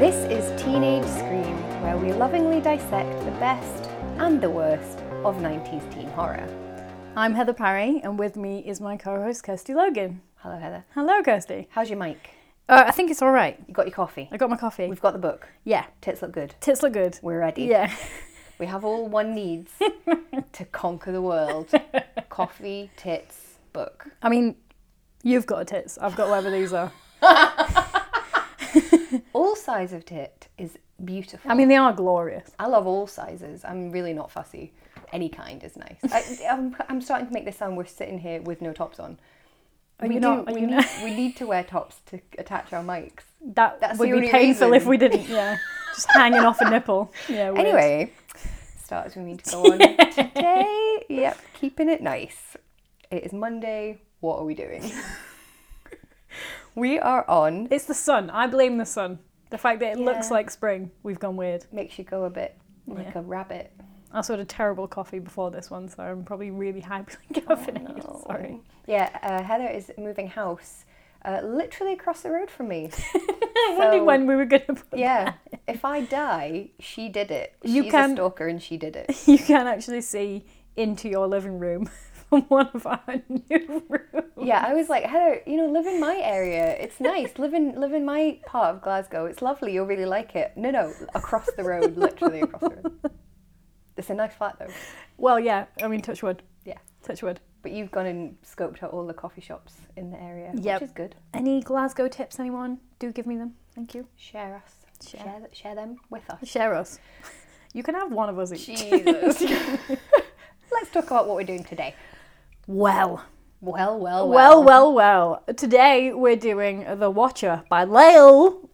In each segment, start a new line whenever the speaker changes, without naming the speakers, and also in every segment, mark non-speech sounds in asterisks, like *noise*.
This is Teenage Scream, where we lovingly dissect the best and the worst of 90s teen horror.
I'm Heather Parry, and with me is my co host, Kirsty Logan.
Hello, Heather.
Hello, Kirsty.
How's your mic?
Uh, I think it's all right.
You got your coffee?
I got my coffee.
We've got the book.
yeah.
Tits look good.
Tits look good.
We're ready.
Yeah.
We have all one
*laughs*
needs to conquer the world. Coffee, tits, book.
I mean, you've got a tits. I've got whatever these are.
All size of tit is beautiful.
I mean, they are glorious.
I love all sizes. I'm really not fussy. Any kind is nice.
*laughs*
I, I'm, I'm starting to make this sound we're sitting here with no tops on.
Are
we
you
do-
not- are
we,
you
need,
not?
we need to wear tops to attach our mics.
That
That's the
would be
only
painful
reason.
if we
*laughs*
didn't. Yeah. Just hanging off a nipple. Yeah. weird.
Anyway, starts we need to
*laughs*
go on today. Yep, keeping it nice. It is Monday. What are we doing?
*laughs*
we are on.
It's the sun. I blame the sun. The fact that it looks
Yeah.
like spring. We've gone weird.
Makes you go a bit like
Yeah.
a rabbit.
I also had a terrible coffee before this one, so I'm probably really *laughs* happily caffeinated.
Oh,
*laughs* Sorry.
Yeah, uh, Heather is moving house uh, literally across the road from
*laughs*
me.
I wondered
So-
when we were going to put
Yeah. if I die, she did it.
You
She's a
can-
stalker and she did it.
*laughs* you can actually see into your living room *laughs* from one of our *laughs* new rooms.
Yeah, I was like, Heather, you know, live in my area. It's nice. live in live in my part of Glasgow. It's lovely. You'll really like it. No, no, across the road, literally across the road. *laughs* It's a nice flat though.
Well, yeah, I mean, touch wood.
Yeah.
Touch wood.
But you've gone and scoped out all the coffee shops in the area,
Yep.
which is good.
Any Glasgow tips, anyone? Do give me them. Thank you.
Share us. Share
Share.
share, th- share them with us.
Share us. *laughs* You can have one of us each.
Jesus. *laughs* Let's talk about what we're doing today.
*laughs* Well,
Well, well, well.
well, well, well. Today we're doing The Watcher by Lyle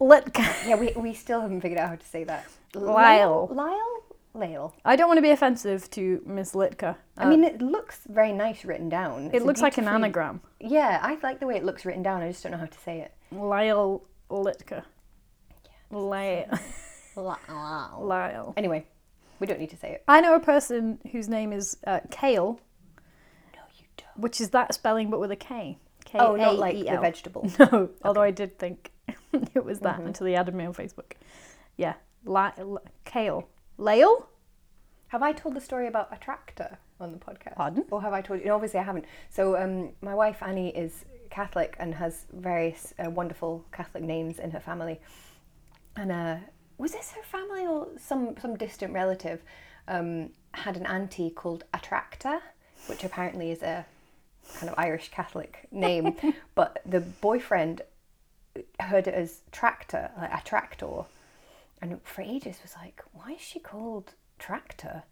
Litka. *laughs*
Yeah, we, we still haven't figured out how to say that.
Lyle.
Lyle? Lyle.
I don't want to be offensive to Miss Litka.
I mean, it looks very nice written down.
It
It's a
looks like an
beautifully-
anagram.
Yeah, I like the way it looks written down. I just don't know how to say it.
Lyle Litka. Lyle.
Lyle.
Lyle.
Anyway, we don't need to say it.
I know a person whose name is uh, Kale,
No, you don't.
which is that spelling but with a K. K
Oh, not like
A E
the
L.
vegetable.
*laughs* No, although I did think *laughs* it was that until he added me on Facebook. Yeah, La- La- Kale. Lale?
Have I told the story about a tractor on the podcast?
Pardon?
Or have I told you? No, obviously I haven't. So um, my wife Annie is Catholic and has various uh, wonderful Catholic names in her family. And uh, was this her family or some some distant relative um, had an auntie called Attractor, which apparently is a kind of Irish Catholic
*laughs*
name, but the boyfriend heard it as tractor, like a tractor, and for ages was like, why is she called tractor?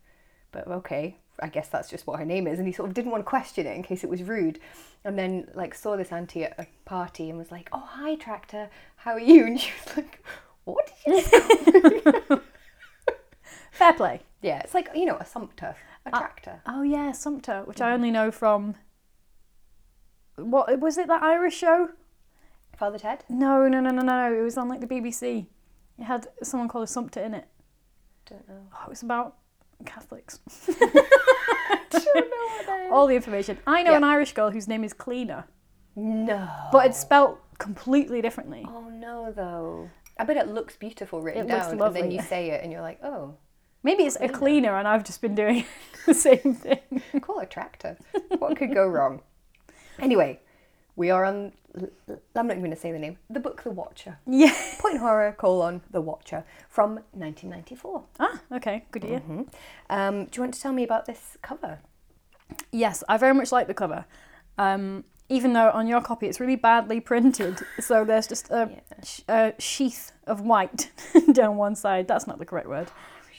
But okay, I guess that's just what her name is, and he sort of didn't want to question it in case it was rude, and then like saw this auntie at a party and was like, oh hi tractor, how are you? *laughs* And she was like, what did you? *laughs* say?"
Fair play.
yeah, it's like you know a sumpter, a tractor.
Oh, yeah, Sumpter, which I only know from. What was it, that Irish show?
Father Ted
No, no, no, no, no. no, It was on like the BBC. It had someone called a Sumpter in it.
don't know.
Oh, it was about Catholics.
don't know what *laughs* that
All the information. I know
Yeah.
an Irish girl whose name is Cleaner.
No.
but it's spelt completely differently.
Oh no, though. I bet it looks beautiful written
It
down,
looks
and then
lovely.
you say it, and you're like, "Oh,
Maybe it's a cleaner, and I've just been doing *laughs* the same thing.
cool attractor." what could go wrong? Anyway, we are on. l- l- I'm not even going to say the name. The book, The Watcher.
Yeah.
Point horror colon The Watcher from 1994.
*laughs* Ah, okay, good idea.
Um, do you want to tell me about this cover?
Yes, I very much like the cover. Um, even though on your copy it's really badly printed, so there's just a, sh- a sheath of white *laughs* down one side. That's not the correct word. *laughs*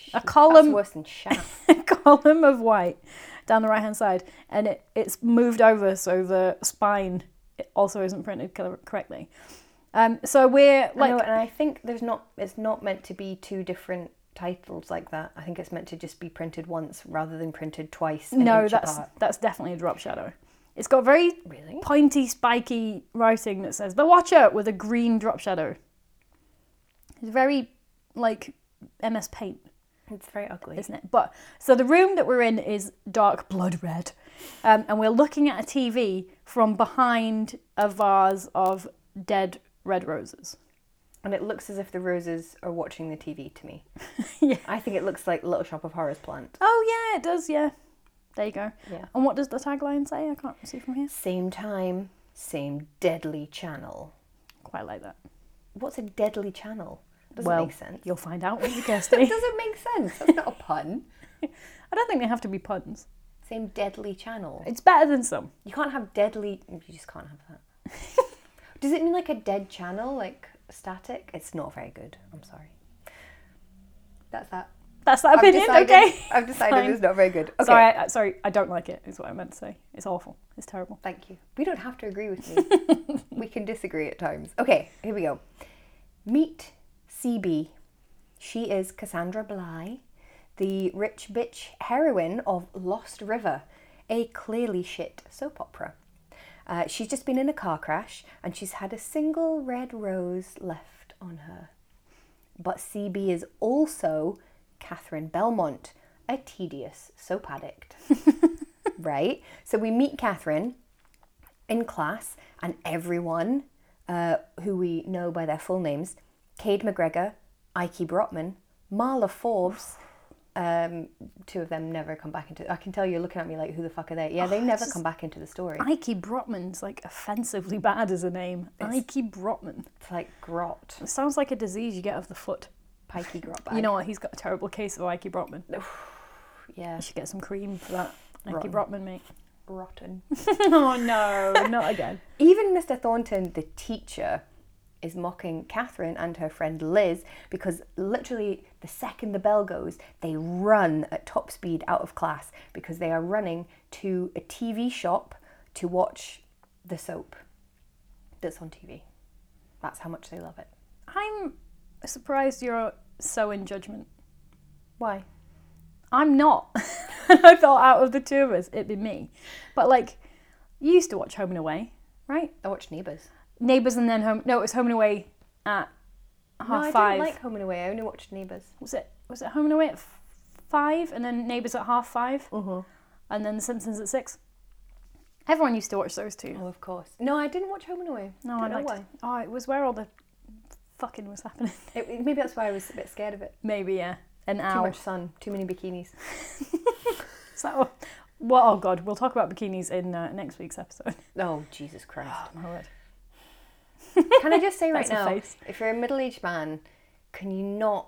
A
That's
column,
worse than shaft.
*laughs* a column of white down the right hand side, and it, it's moved over, so the spine it also isn't printed cor- correctly. Um, so we're
I
like
know, and I think there's not. It's not meant to be two different titles like that. I think it's meant to just be printed once rather than printed twice. an
No,
inch
that's
apart.
that's definitely a drop shadow. It's got very
Really?
pointy, spiky writing that says "The Watcher" with a green drop shadow. It's very like MS Paint,
It's very ugly.
isn't it? But so the room that we're in is dark blood red, um, and we're looking at a TV from behind a vase of dead red roses.
and it looks as if the roses are watching the TV to me.
*laughs* Yeah.
I think it looks like Little Shop of Horrors plant.
Oh yeah, it does. Yeah, there you go.
Yeah.
And what does the tagline say? I can't see from here.
Same time, same deadly channel.
Quite like that.
What's a deadly channel? Doesn't
well,
make sense.
you'll find out when you guess
It
*laughs* it.
doesn't make sense. That's not a pun.
I don't think they have to be puns.
Same deadly channel.
It's better than some.
You can't have deadly. You just can't have that.
*laughs*
Does it mean like a dead channel, like static? It's not very good. I'm sorry. That's that.
That's that opinion.
decided,
Okay.
I've decided
Fine.
it's not very good. Okay.
Sorry, I, I- sorry, I don't like it. Is what I meant to say. It's awful. It's terrible.
Thank you. We don't have to agree with me. we can disagree at times. Okay, here we go. Meet CB. She is Cassandra Bly, the rich bitch heroine of Lost River, a clearly shit soap opera. Uh, she's just been in a car crash and she's had a single red rose left on her. But CB is also Catherine Belmont, a tedious soap addict. *laughs* right? So we meet Catherine in class, and everyone uh, who we know by their full names Cade McGregor, Ike Brotman, Marla Forbes. Um, two of them never come back into. I can tell you're looking at me like, who the fuck are they?
Oh,
Yeah, they never come back into the story.
Ike Brotman's like offensively *laughs* bad as a name. Ike Brotman.
It's like grot,
It sounds like a disease you get of the foot.
pikey grot bag.
You know what? He's got a terrible case of Ike Brotman. I
yeah,
should get some cream for that. Ike
Rotten.
Brotman, mate. *laughs*
rotten.
oh no,
*laughs*
not again.
Even Mr. Thornton, the teacher, is mocking Catherine and her friend Liz because literally the second the bell goes, they run at top speed out of class because they are running to a TV shop to watch the soap that's on TV. That's how much they love it.
I'm surprised you're so in judgment.
Why?
I'm not. *laughs* I thought out of the two of us, it'd be me. But like, you used to watch Home and Away, right?
I watch Neighbours.
Neighbours and then Home. No, it was Home and Away at half
No, I
five.
don't like Home and Away. I only watched Neighbours.
Was it was it Home and Away at f- five, and then Neighbours at half 5
Mm-hmm.
and then The Simpsons at six. Everyone used to watch those two.
Oh, of course. No, I didn't watch Home and Away.
No, I
Don't know
liked.
why.
It. Oh, it was where all the fucking was happening. *laughs*
It, maybe that's why I was a bit scared of it.
Maybe yeah, an
Too
hour.
much sun, too many bikinis.
So, well, oh god, we'll talk about bikinis in uh, next week's episode.
Oh, Jesus Christ.
Oh my word.
Can I
*laughs*
just say right
That's a
now,
face.
if you're a middle-aged man, can you not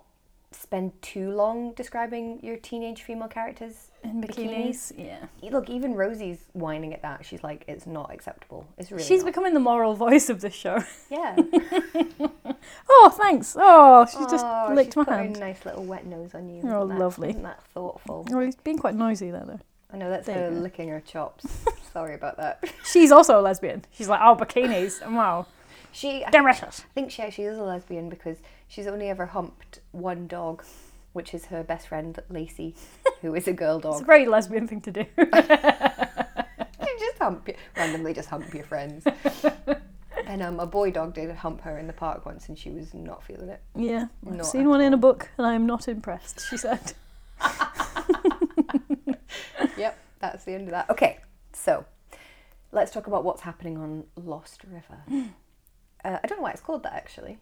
spend too long describing your teenage female characters?
In
Bikinis? E,
bikinis, yeah.
Look, even Rosie's whining at that. She's like, it's not acceptable. It's really
She's
not.
becoming the moral voice of this show. *laughs*
yeah.
Oh, thanks. Oh, she just
Oh,
licked
she's
my
put her
hand.
nice little wet nose on you.
Oh,
Isn't that-
lovely.
Isn't that thoughtful?
Well, Oh, he's being quite noisy there, though.
I know that's
There you
her
go.
licking her chops.
*laughs*
Sorry about that.
She's also a lesbian. She's like, oh, bikinis. *laughs* Wow.
She, I
Delicious.
think she actually is a lesbian because she's only ever humped one dog, which is her best friend Lacey, who is a girl dog.
It's a very lesbian thing to do. *laughs*
You *laughs* just hump your- randomly just hump your friends. and um, a boy dog did hump her in the park once, and she was not feeling it.
yeah. I've
Not
seen
at
one in a
all.
book and I am not impressed, she said.
Yep, that's the end of that. Okay, so let's talk about what's happening on Lost River. Uh, I don't know why it's called that actually.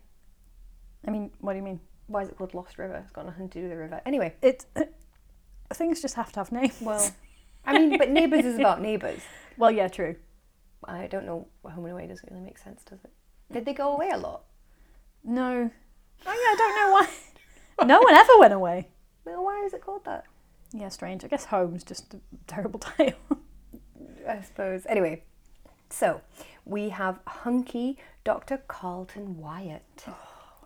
I mean, what do you mean?
Why is it called Lost River? It's got nothing to do with the river. Anyway,
It. *laughs* Things just have to have names.
well, I mean, but Neighbours is about neighbours.
*laughs* Well, yeah, true.
I don't know. Home and Away doesn't really make sense, does it? Did they go away a lot?
No. Oh, yeah, I don't know why. *laughs* no one ever went away.
Well, why is it called that?
Yeah, strange. I guess home's just a terrible *laughs* title.
I suppose. Anyway, so we have hunky Dr. Carlton Wyatt.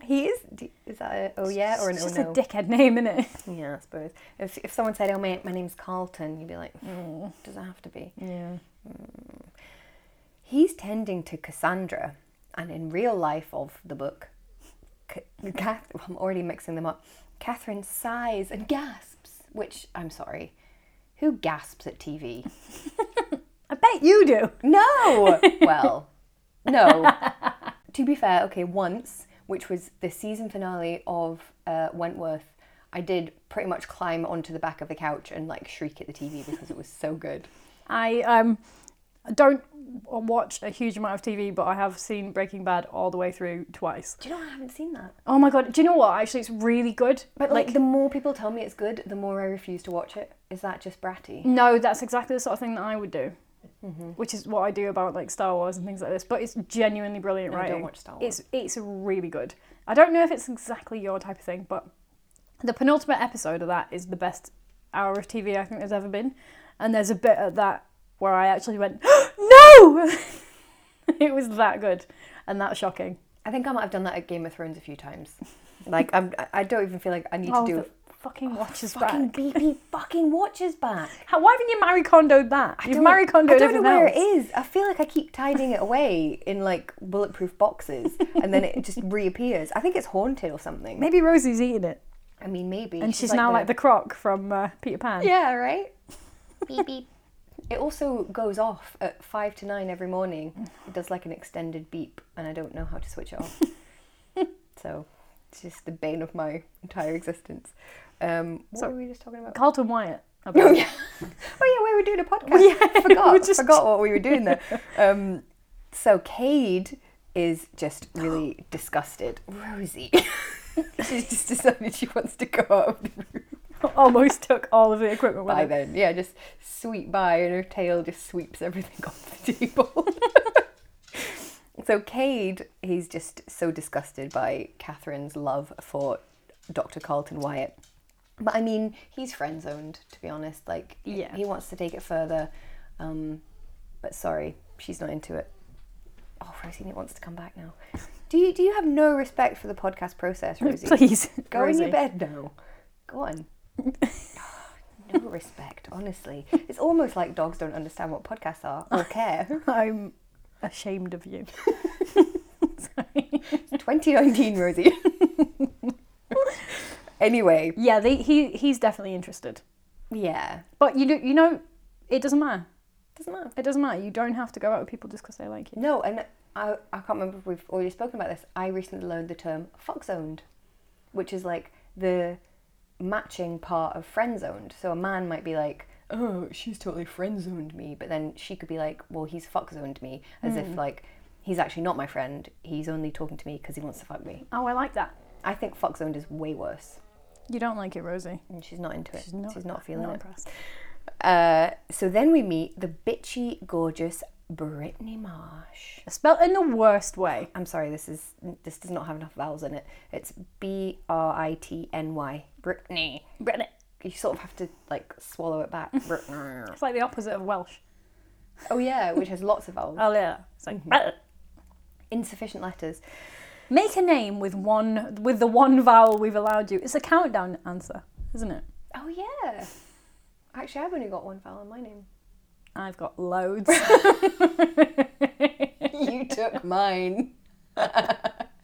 He is. d- Is that a oh yeah or an
Oh. it's
oh
just
no?
a dickhead name, innit?
yeah, I suppose. If, if someone said, oh, my, my name's Carlton, you'd be like, "Hmm,
Mm.
does it have to be?
Yeah.
He's tending to Cassandra, and in real life of the book, Ca- Cath- *laughs* I'm already mixing them up. Catherine sighs and gasps, which I'm sorry, who gasps at TV?
I
Hey,
You do.
*laughs* no. well, no. to be fair, okay, once, which was the season finale of uh, Wentworth, I did pretty much climb onto the back of the couch and like shriek at the TV because it was so good.
I um don't watch a huge amount of TV, but I have seen Breaking Bad all the way through twice.
*laughs* Do you know I haven't seen that?
Oh my god! Do you know what? Actually, it's really good.
But like, the more people tell me it's good, the more I refuse to watch it. Is that just bratty?
No, that's exactly the sort of thing that I would do,
Mm-hmm.
which is what I do about like Star Wars and things like this. But it's genuinely brilliant
I don't
writing.
watch Star
It's it's really good. I don't know if it's exactly your type of thing, but the penultimate episode of that is the best hour of TV I think there's ever been. And there's a bit at that where I actually went, *gasps* no, *laughs* it was that good, and that's shocking.
I think I might have done that at Game of Thrones a few times. Like I'm, I- I don't even feel like I need
Oh,
to do
the
it.
fucking watches
Fucking
back.
BP fucking watches *laughs* back.
How, why haven't you Marie Kondoed that? You've
don't-
Marie Kondoed
I don't know
everything
where
else.
it is. I feel like I keep tidying it away in like bulletproof boxes, and then it just reappears. I think it's haunted or something.
Maybe Rosie's eating it,
I mean, maybe.
and she's, now like the croc from uh, Peter Pan.
yeah, right. beep beep. It also goes off at five to nine every morning. It does like an extended beep, and I don't know how to switch it
*laughs*
off. so it's just the bane of my entire existence. Um, what
So-
were we just talking about?
Carlton Wyatt. I
Oh
believe.
yeah. *laughs* Oh yeah, we were doing a podcast.
yeah, *laughs*
forgot.
we just-
Forgot what we were doing
*laughs*
there. Um, so Cade is just
*gasps*
really disgusted. Rosie. She's just decided *laughs* she wants to go out of the room
*laughs* Almost took all of the equipment with
by
her.
then. Yeah, just sweep by and her tail just sweeps everything *laughs* off the table. so Cade, he's just so disgusted by Catherine's love for Dr. Carlton Wyatt. But I mean, he's friend zoned, to be honest. Like, he-
Yeah.
he wants to take it further. Um, but sorry, she's not into it. Oh, Rosie it wants to come back now. Do you, do you have no respect for the podcast process,
*laughs*
Rosie?
Please,
Go
Rosie.
in your bed now. Go on. no respect, honestly. It's almost like dogs don't understand what podcasts are or care.
I'm ashamed of you.
2019, Rosie. *laughs* anyway,
Yeah, they, he he's definitely interested,
yeah.
but you do, you know, it doesn't matter.
Doesn't matter.
It doesn't matter. You don't have to go out with people just because they like you.
No, and I, I can't remember if we've already spoken about this. I recently learned the term fuck zoned, which is like the matching part of friend zoned. So a man might be like, oh, she's totally friend zoned me, but then she could be like, well, he's fuck zoned me, as if like he's actually not my friend. He's only talking to me because he wants to fuck me.
Oh, I like that.
I think fuck zoned is way worse,
You don't like it, Rosie.
and she's not into it. She's not, feeling
Not
it.
impressed.
Uh, so then we meet the bitchy, gorgeous Brittany Marsh.
Spelled in the worst way.
I'm sorry, this is this does not have enough vowels in it. It's B R I T N Y. Brittany.
Brittany.
You sort of have to like swallow it *laughs* back. Brittany.
It's like the opposite of Welsh.
oh yeah, which has lots of *laughs* vowels,
Oh yeah. It's like Brittany.
insufficient letters.
make a name with one with the one vowel we've allowed you. It's a countdown answer, isn't it?
Oh yeah. Actually, I've only got one vowel in my name.
I've got loads.
*laughs*
*laughs*
you took mine.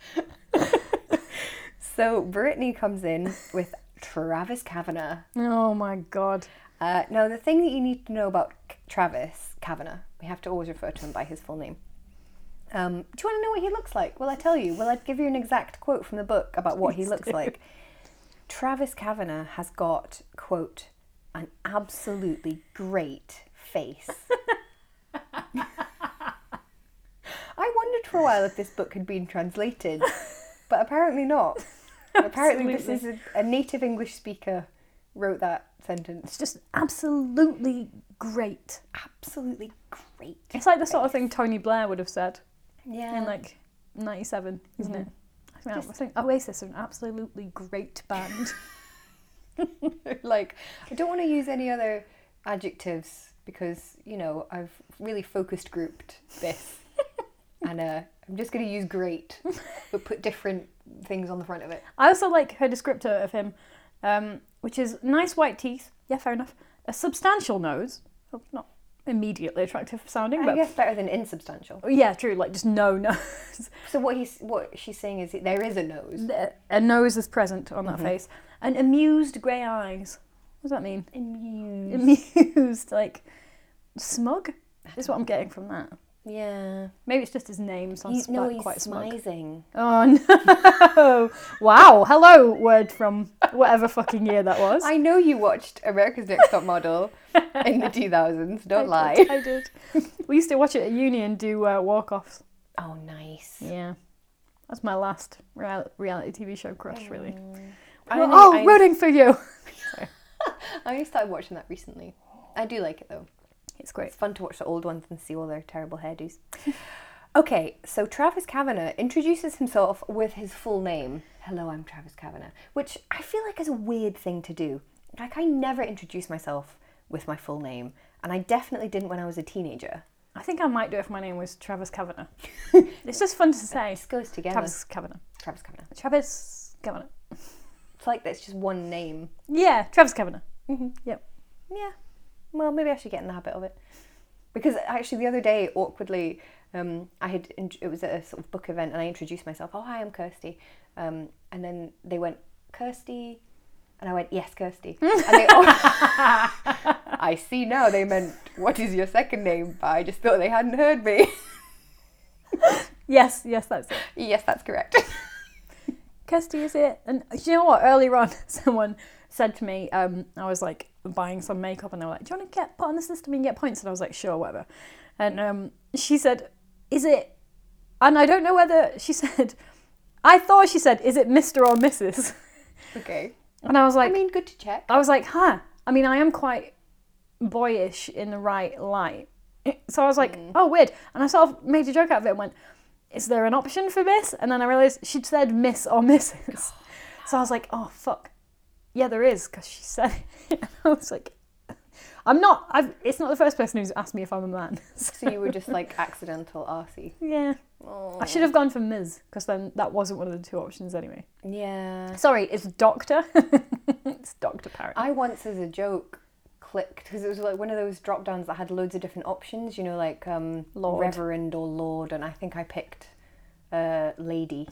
*laughs* so Brittany comes in with Travis Kavanagh.
oh my god.
Uh, now, the thing that you need to know about K- Travis Kavanagh, we have to always refer to him by his full name. Um, do you want to know what he looks like? Well, I tell you. Well, I'd give you an exact quote from the book about what he looks like. Travis Kavanagh has got, quote, an absolutely great face. I wondered for a while if this book had been translated, but apparently not. Apparently, this is a, a native English speaker wrote that sentence.
It's just absolutely great.
absolutely great.
It's like the sort of thing Tony Blair would have said
Yeah.
in like '97, isn't it? I think, I think Oasis are an absolutely great band. *laughs*
like, *laughs* I don't want to use any other adjectives because, you know, I've really focused grouped *laughs* this. and uh, I'm just going to use great, but put different things on the front of it.
I also like her descriptor of him, um, which is nice white teeth. Yeah, fair enough. A substantial nose. Well, not immediately attractive sounding,
I
but
guess better than insubstantial.
yeah, true. Like just no *laughs* nose.
So what he's what she's saying is there is a nose.
a a nose is present on
Mm-hmm.
that face, and amused grey *laughs* eyes. What does that mean?
Immune.
Amused, like smug. Is what I'm getting from that.
Yeah.
Maybe it's just his name sounds
He's, no,
spa-
he's
quite smug.
*laughs* smizing.
Oh *laughs* no! wow. Hello, word from whatever fucking year that *laughs* was.
I know you watched America's Next Top Model in *laughs* the 2000s, don't
I
lie. *laughs*
did, I did. *laughs* we used to watch it at uni and do uh, walk-offs.
Oh, nice.
Yeah. That's my last real- reality TV show crush, really.
I
Well,
only-
oh,
I-
rooting for you.
I only started watching that recently. I do like it though.
It's great.
It's fun to watch the old ones and see all their terrible hairdos. okay, so Travis Kavanagh introduces himself with his full name. Hello, I'm Travis Kavanagh, which I feel like is a weird thing to do. Like, I never introduce myself with my full name, and I definitely didn't when I was a teenager.
I think I might do it if my name was Travis *laughs* Kavanagh. it's just fun to say.
This goes together. Travis,
Travis Kavanagh.
Kavanagh.
Travis Kavanagh.
It's like that's just one name.
Yeah, Travis Kavanagh.
Yeah. Well, maybe I should get in the habit of it. Because actually, the other day, awkwardly, um, I had in- it was at a sort of book event, and I introduced myself. Oh, hi, I'm Kirsty. Um, and then they went Kirsty, and I went yes, Kirsty. and they, *laughs* I see now they meant what is your second name? But I just thought they hadn't heard me. *laughs*
Yes, yes, that's it.
yes, that's correct. *laughs*
Kirsty is it? And do you know what? Earlier on, *laughs* someone said to me, um, I was like buying some makeup, and they were like, "Do you want to get put on the system and get points?" And I was like, "Sure, whatever." And um, she said, "Is it?" And I don't know whether she *laughs* said. I thought she said, "Is it Mister or Mrs?"
okay.
*laughs* And I was
I
like,
mean, good to check.
I was like, huh. I mean, I am quite boyish in the right light. *clears throat* So I was like, oh, weird. And I sort of made a joke out of it and went, is there an option for miss? And then I realised she'd said miss or missus. So I was like, oh, fuck. Yeah, there is, because she said it. *laughs* And I was like, I'm not, I've, it's not the first person who's asked me if I'm a man. *laughs* So,
So you were just like accidental arsey.
yeah.
Oh.
I should have gone for Ms, because then that wasn't one of the two options anyway.
Yeah.
Sorry, it's Doctor. *laughs* it's Dr. Parrot.
I once, as a joke, clicked because it was like one of those drop downs that had loads of different options. You know, like um,
Lord.
Reverend or Lord, and I think I picked uh, Lady.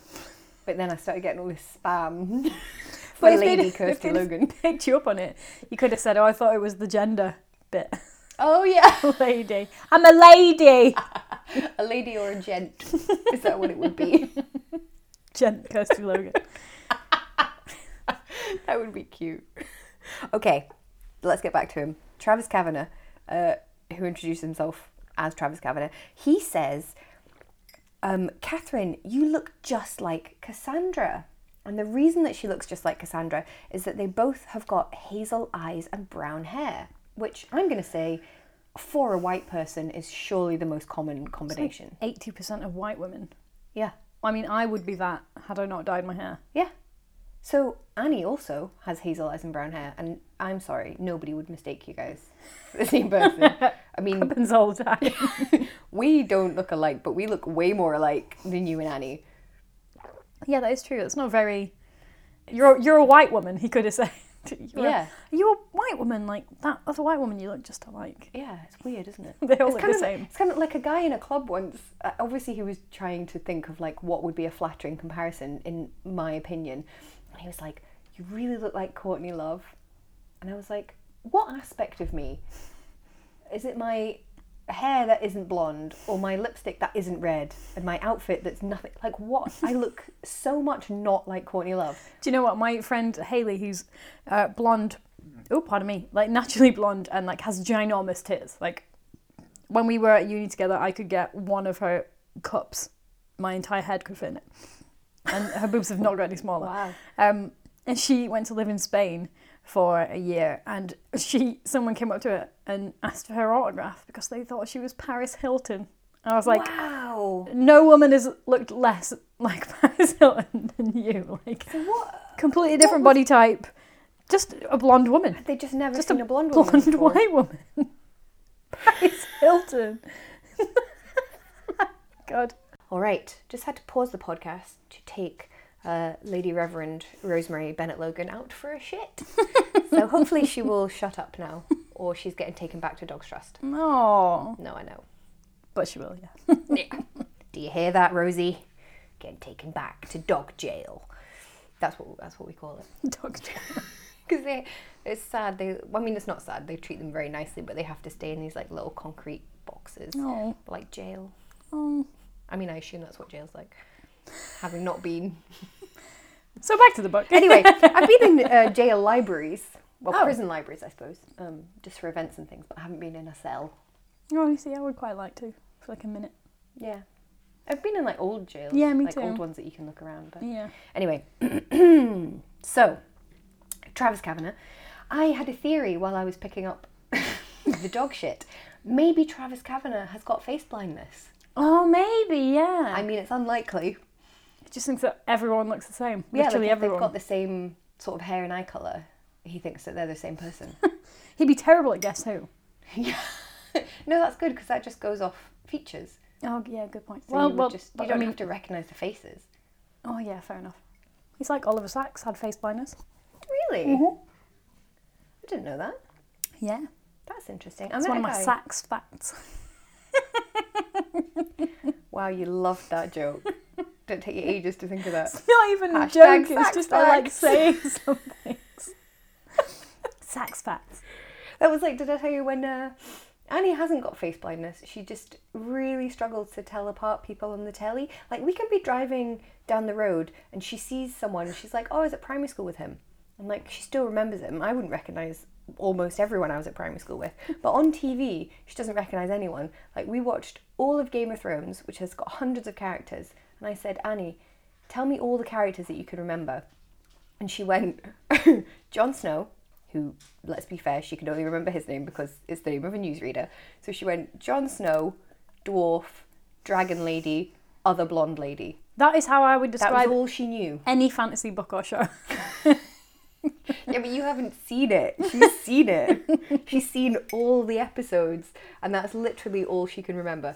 But then I started getting all this spam *laughs* for
But if
*laughs*
they'd-
Lady
if
Kirsty
they'd
Logan.
*laughs* picked you up on it, you could have said, "Oh, I thought it was the gender *laughs* bit."
Oh yeah,
lady, I'm a lady. *laughs*
a lady or a gent? *laughs* Is that what it would be?
Gent Kirsty Logan.
that would be cute. *laughs* Okay, let's get back to him. Travis Kavanagh, uh, who introduced himself as Travis Kavanagh, he says, um, Catherine, you look just like Cassandra. And the reason that she looks just like Cassandra is that they both have got hazel eyes and brown hair, which I'm going to say, for a white person, is surely the most common combination.
*laughs* Eighty percent of white women.
Yeah.
I mean, I would be that had I not dyed my hair.
Yeah. So Annie also has hazel eyes and brown hair, and I'm sorry, nobody would mistake you guys for the same *laughs* person. I mean,
*laughs* Happens all the time.
we don't look alike, but we look way more alike than you and Annie.
*laughs* yeah, that is true. It's not very. You're you're a white woman. He could have *laughs* said. You're
Yeah.
A, you're a white woman like that other white woman. You look just alike. *laughs*
Yeah, it's weird, isn't *laughs* it?
They all
it's
look
kind
the
of,
same.
It's kind of like a guy in a club once. Uh, obviously, he was trying to think of like what would be a flattering comparison, in my opinion, and he was like, "You really look like Courtney Love," and I was like, "What aspect of me? Is it my hair that isn't blonde, or my lipstick that isn't red, and my outfit that's nothing? Like what?
*laughs*
I look so much not like Courtney Love.
Do you know what my friend Haley, who's uh, blonde? Oh, pardon me, like naturally blonde and like has ginormous tits. Like when we were at uni together, I could get one of her cups. My entire head could fit in it, and her boobs have not got any smaller.
Wow.
Um, and she went to live in Spain for a year, and she someone came up to her and asked for her autograph because they thought she was Paris Hilton. And I was like,
wow.
no woman has looked less like *laughs* Paris Hilton than you. Like
What?
completely different body type. Just a blonde woman.
They just never
Just
seen
a
a blonde, woman
Blonde
before.
white woman. *laughs* Paris Hilton. *laughs* God.
All right, just had to pause the podcast to take uh, Lady Reverend Rosemary Bennett Logan out for a shit. so hopefully she will shut up now, or she's getting taken back to Dog's Trust.
No.
No, I know.
But she will, yeah. *laughs*
Do you hear that, Rosie? Getting taken back to dog jail. That's what that's what we call it.
Dog
because they it's sad. They well, I mean it's not sad. They treat them very nicely, but they have to stay in these like little concrete boxes,
Oh.
like jail.
Oh.
I mean, I assume that's what jail's like. Having not been
So back to the book. *laughs*
anyway, I've been in uh, jail libraries, well,
Oh.
prison libraries, I suppose, um, just for events and things. But I haven't been in a cell.
oh, you see, I would quite like to for like a minute.
Yeah, I've been in like old jails.
Yeah, me
like Old
too.
ones that you can look around. But
Yeah.
Anyway, *clears throat* so Travis Kavanagh, I had a theory while I was picking up *laughs* the dog shit. Maybe Travis Kavanagh has got face blindness.
Oh, maybe, yeah.
I mean, it's unlikely.
I just think that everyone looks the same.
Yeah, like
Literally
if
everyone.
they've got the same sort of hair and eye color. He thinks that they're the same person.
He'd be terrible at Guess Who.
yeah. *laughs* No, that's good because that just goes off features.
Oh, yeah, good point.
So
well,
you, would
well,
just,
but
you don't
I mean,
have to recognize the faces.
Oh, yeah, fair enough. He's like Oliver Sacks, had face blindness.
Really?
Mhm.
I didn't know that.
Yeah.
That's interesting. I
That's
met
one
a
of my
guy-
Sacks facts.
Wow, you loved that
*laughs*
joke. Don't take you ages to think of that.
*laughs* It's not even a
Hashtag
joke, it's
Sacks
just I like
facts.
saying *laughs* some things. Sacks facts.
That was like, did I tell you when uh, Annie hasn't got face blindness? She just really struggles to tell apart people on the telly. Like, we can be driving down the road and she sees someone and she's like, oh, I was at primary school with him. And like, she still remembers him. I wouldn't recognise almost everyone I was at primary school with. But on TV, she doesn't recognise anyone. Like, we watched all of Game of Thrones, which has got hundreds of characters. And I said, Annie, tell me all the characters that you can remember. And she went, *laughs* Jon Snow, who, let's be fair, she could only remember his name because it's the name of a newsreader. So she went, Jon Snow, dwarf, dragon lady, other blonde lady.
That is how I would
That
describe
was all she knew.
any fantasy book or show.
Yeah, but you haven't seen it. She's seen it. She's seen all the episodes, and that's literally all she can remember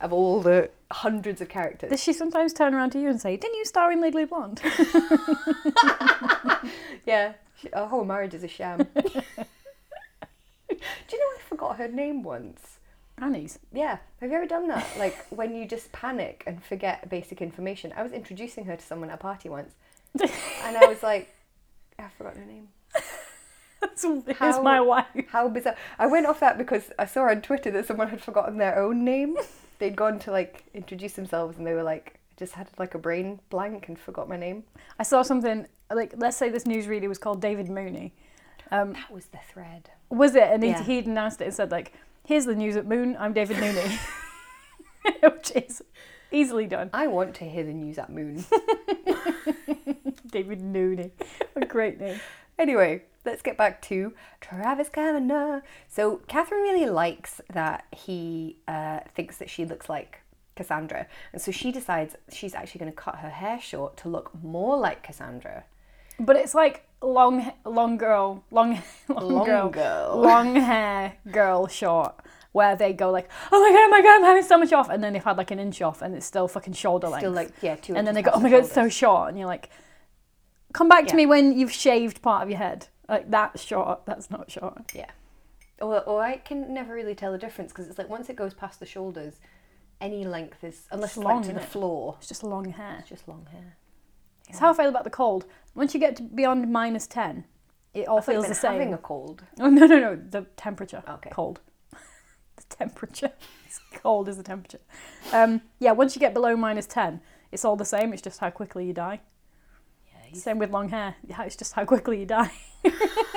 of all the hundreds of characters.
Does she sometimes turn around to you and say, Didn't you star in Legally Blonde?
Yeah, she, our whole marriage is a sham. Do you know I forgot her name once?
*laughs* Annie's.
Yeah. Have you ever done that? Like when you just panic and forget basic information. I was introducing her to someone at a party once, and *laughs* I was like, I forgot her name.
That's it's
How-
my wife.
How bizarre! I went off that because I saw on Twitter that someone had forgotten their own *laughs* name. They'd gone to like introduce themselves, and they were like, just had like a brain blank and forgot my name.
I saw something, like, let's say this newsreader was called David Mooney. Um,
That was the thread.
was it? And he'd,
Yeah.
he'd announced it and said, like, Here's the news at Moon, I'm David *laughs* Mooney. Which is easily done.
I want to hear the news at Moon.
David Mooney. *laughs* A great name.
Anyway, let's get back to Travis Kavanagh. So Catherine really likes that he uh, thinks that she looks like Cassandra, and so she decides she's actually going to cut her hair short to look more like Cassandra.
But it's like long, long girl, long, *laughs* long,
Long
girl,
girl.
long hair girl short, where they go like, oh my god, oh my god, I'm having so much off, and then they've had like an inch off, and it's still fucking shoulder length.
Still like yeah, two.
and then they
inches
go, oh
past
my
the
god, it's so
shoulders.
short, and you're like, come back
Yeah.
to me when you've shaved part of your head. Like that's short. That's not short.
yeah. Or, or I can never really tell the difference because it's like once it goes past the shoulders, any length is unless it's,
It's long,
like to the
isn't it?
floor.
It's just long hair.
It's just long hair.
It's how I feel about the cold. Once you get to beyond minus ten, it all
I thought you've
feels
been
the same.
Having a cold.
*laughs* Oh no no no! The temperature.
Okay.
Cold. *laughs* the temperature. It's cold is the temperature. Um, yeah. Once you get below minus ten, it's all the same. It's just how quickly you die.
Yeah, he's
Same with long hair. Yeah, It's just how quickly you die. *laughs*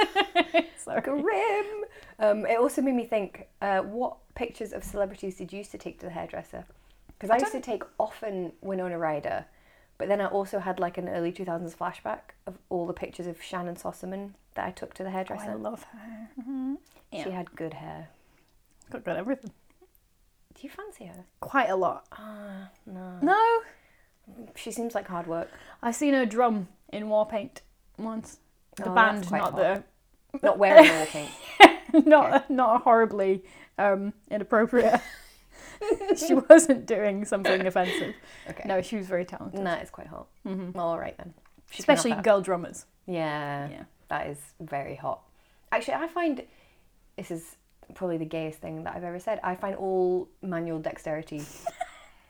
Sorry.
grim. Um, it also made me think: uh, what pictures of celebrities did you used to take to the hairdresser? Because I, used to take often Winona Ryder, but then I also had like an early two thousands flashback of all the pictures of Shannon Sossaman that I took to the
Oh, I
hairdresser.
love hair.
She
yeah.
had good hair.
Got, got everything.
Do you fancy her?
Quite a lot.
Ah, no.
Uh, No.
She seems like hard
*laughs*
work.
I seen her drum in war paint once. The
Oh, that's
band,
quite
not the
Not wearing all
*laughs*
pink.
not not a horribly um, inappropriate. *laughs* she wasn't doing
*coughs*
something offensive.
Okay.
No, she was very talented.
Nah, it's quite hot.
Mhm.
Well, all right then. She can have
Especially
that.
girl drummers.
Yeah,
Yeah.
that is very hot. Actually, I find this is probably the gayest thing that I've ever said. I find all manual *laughs* dexterity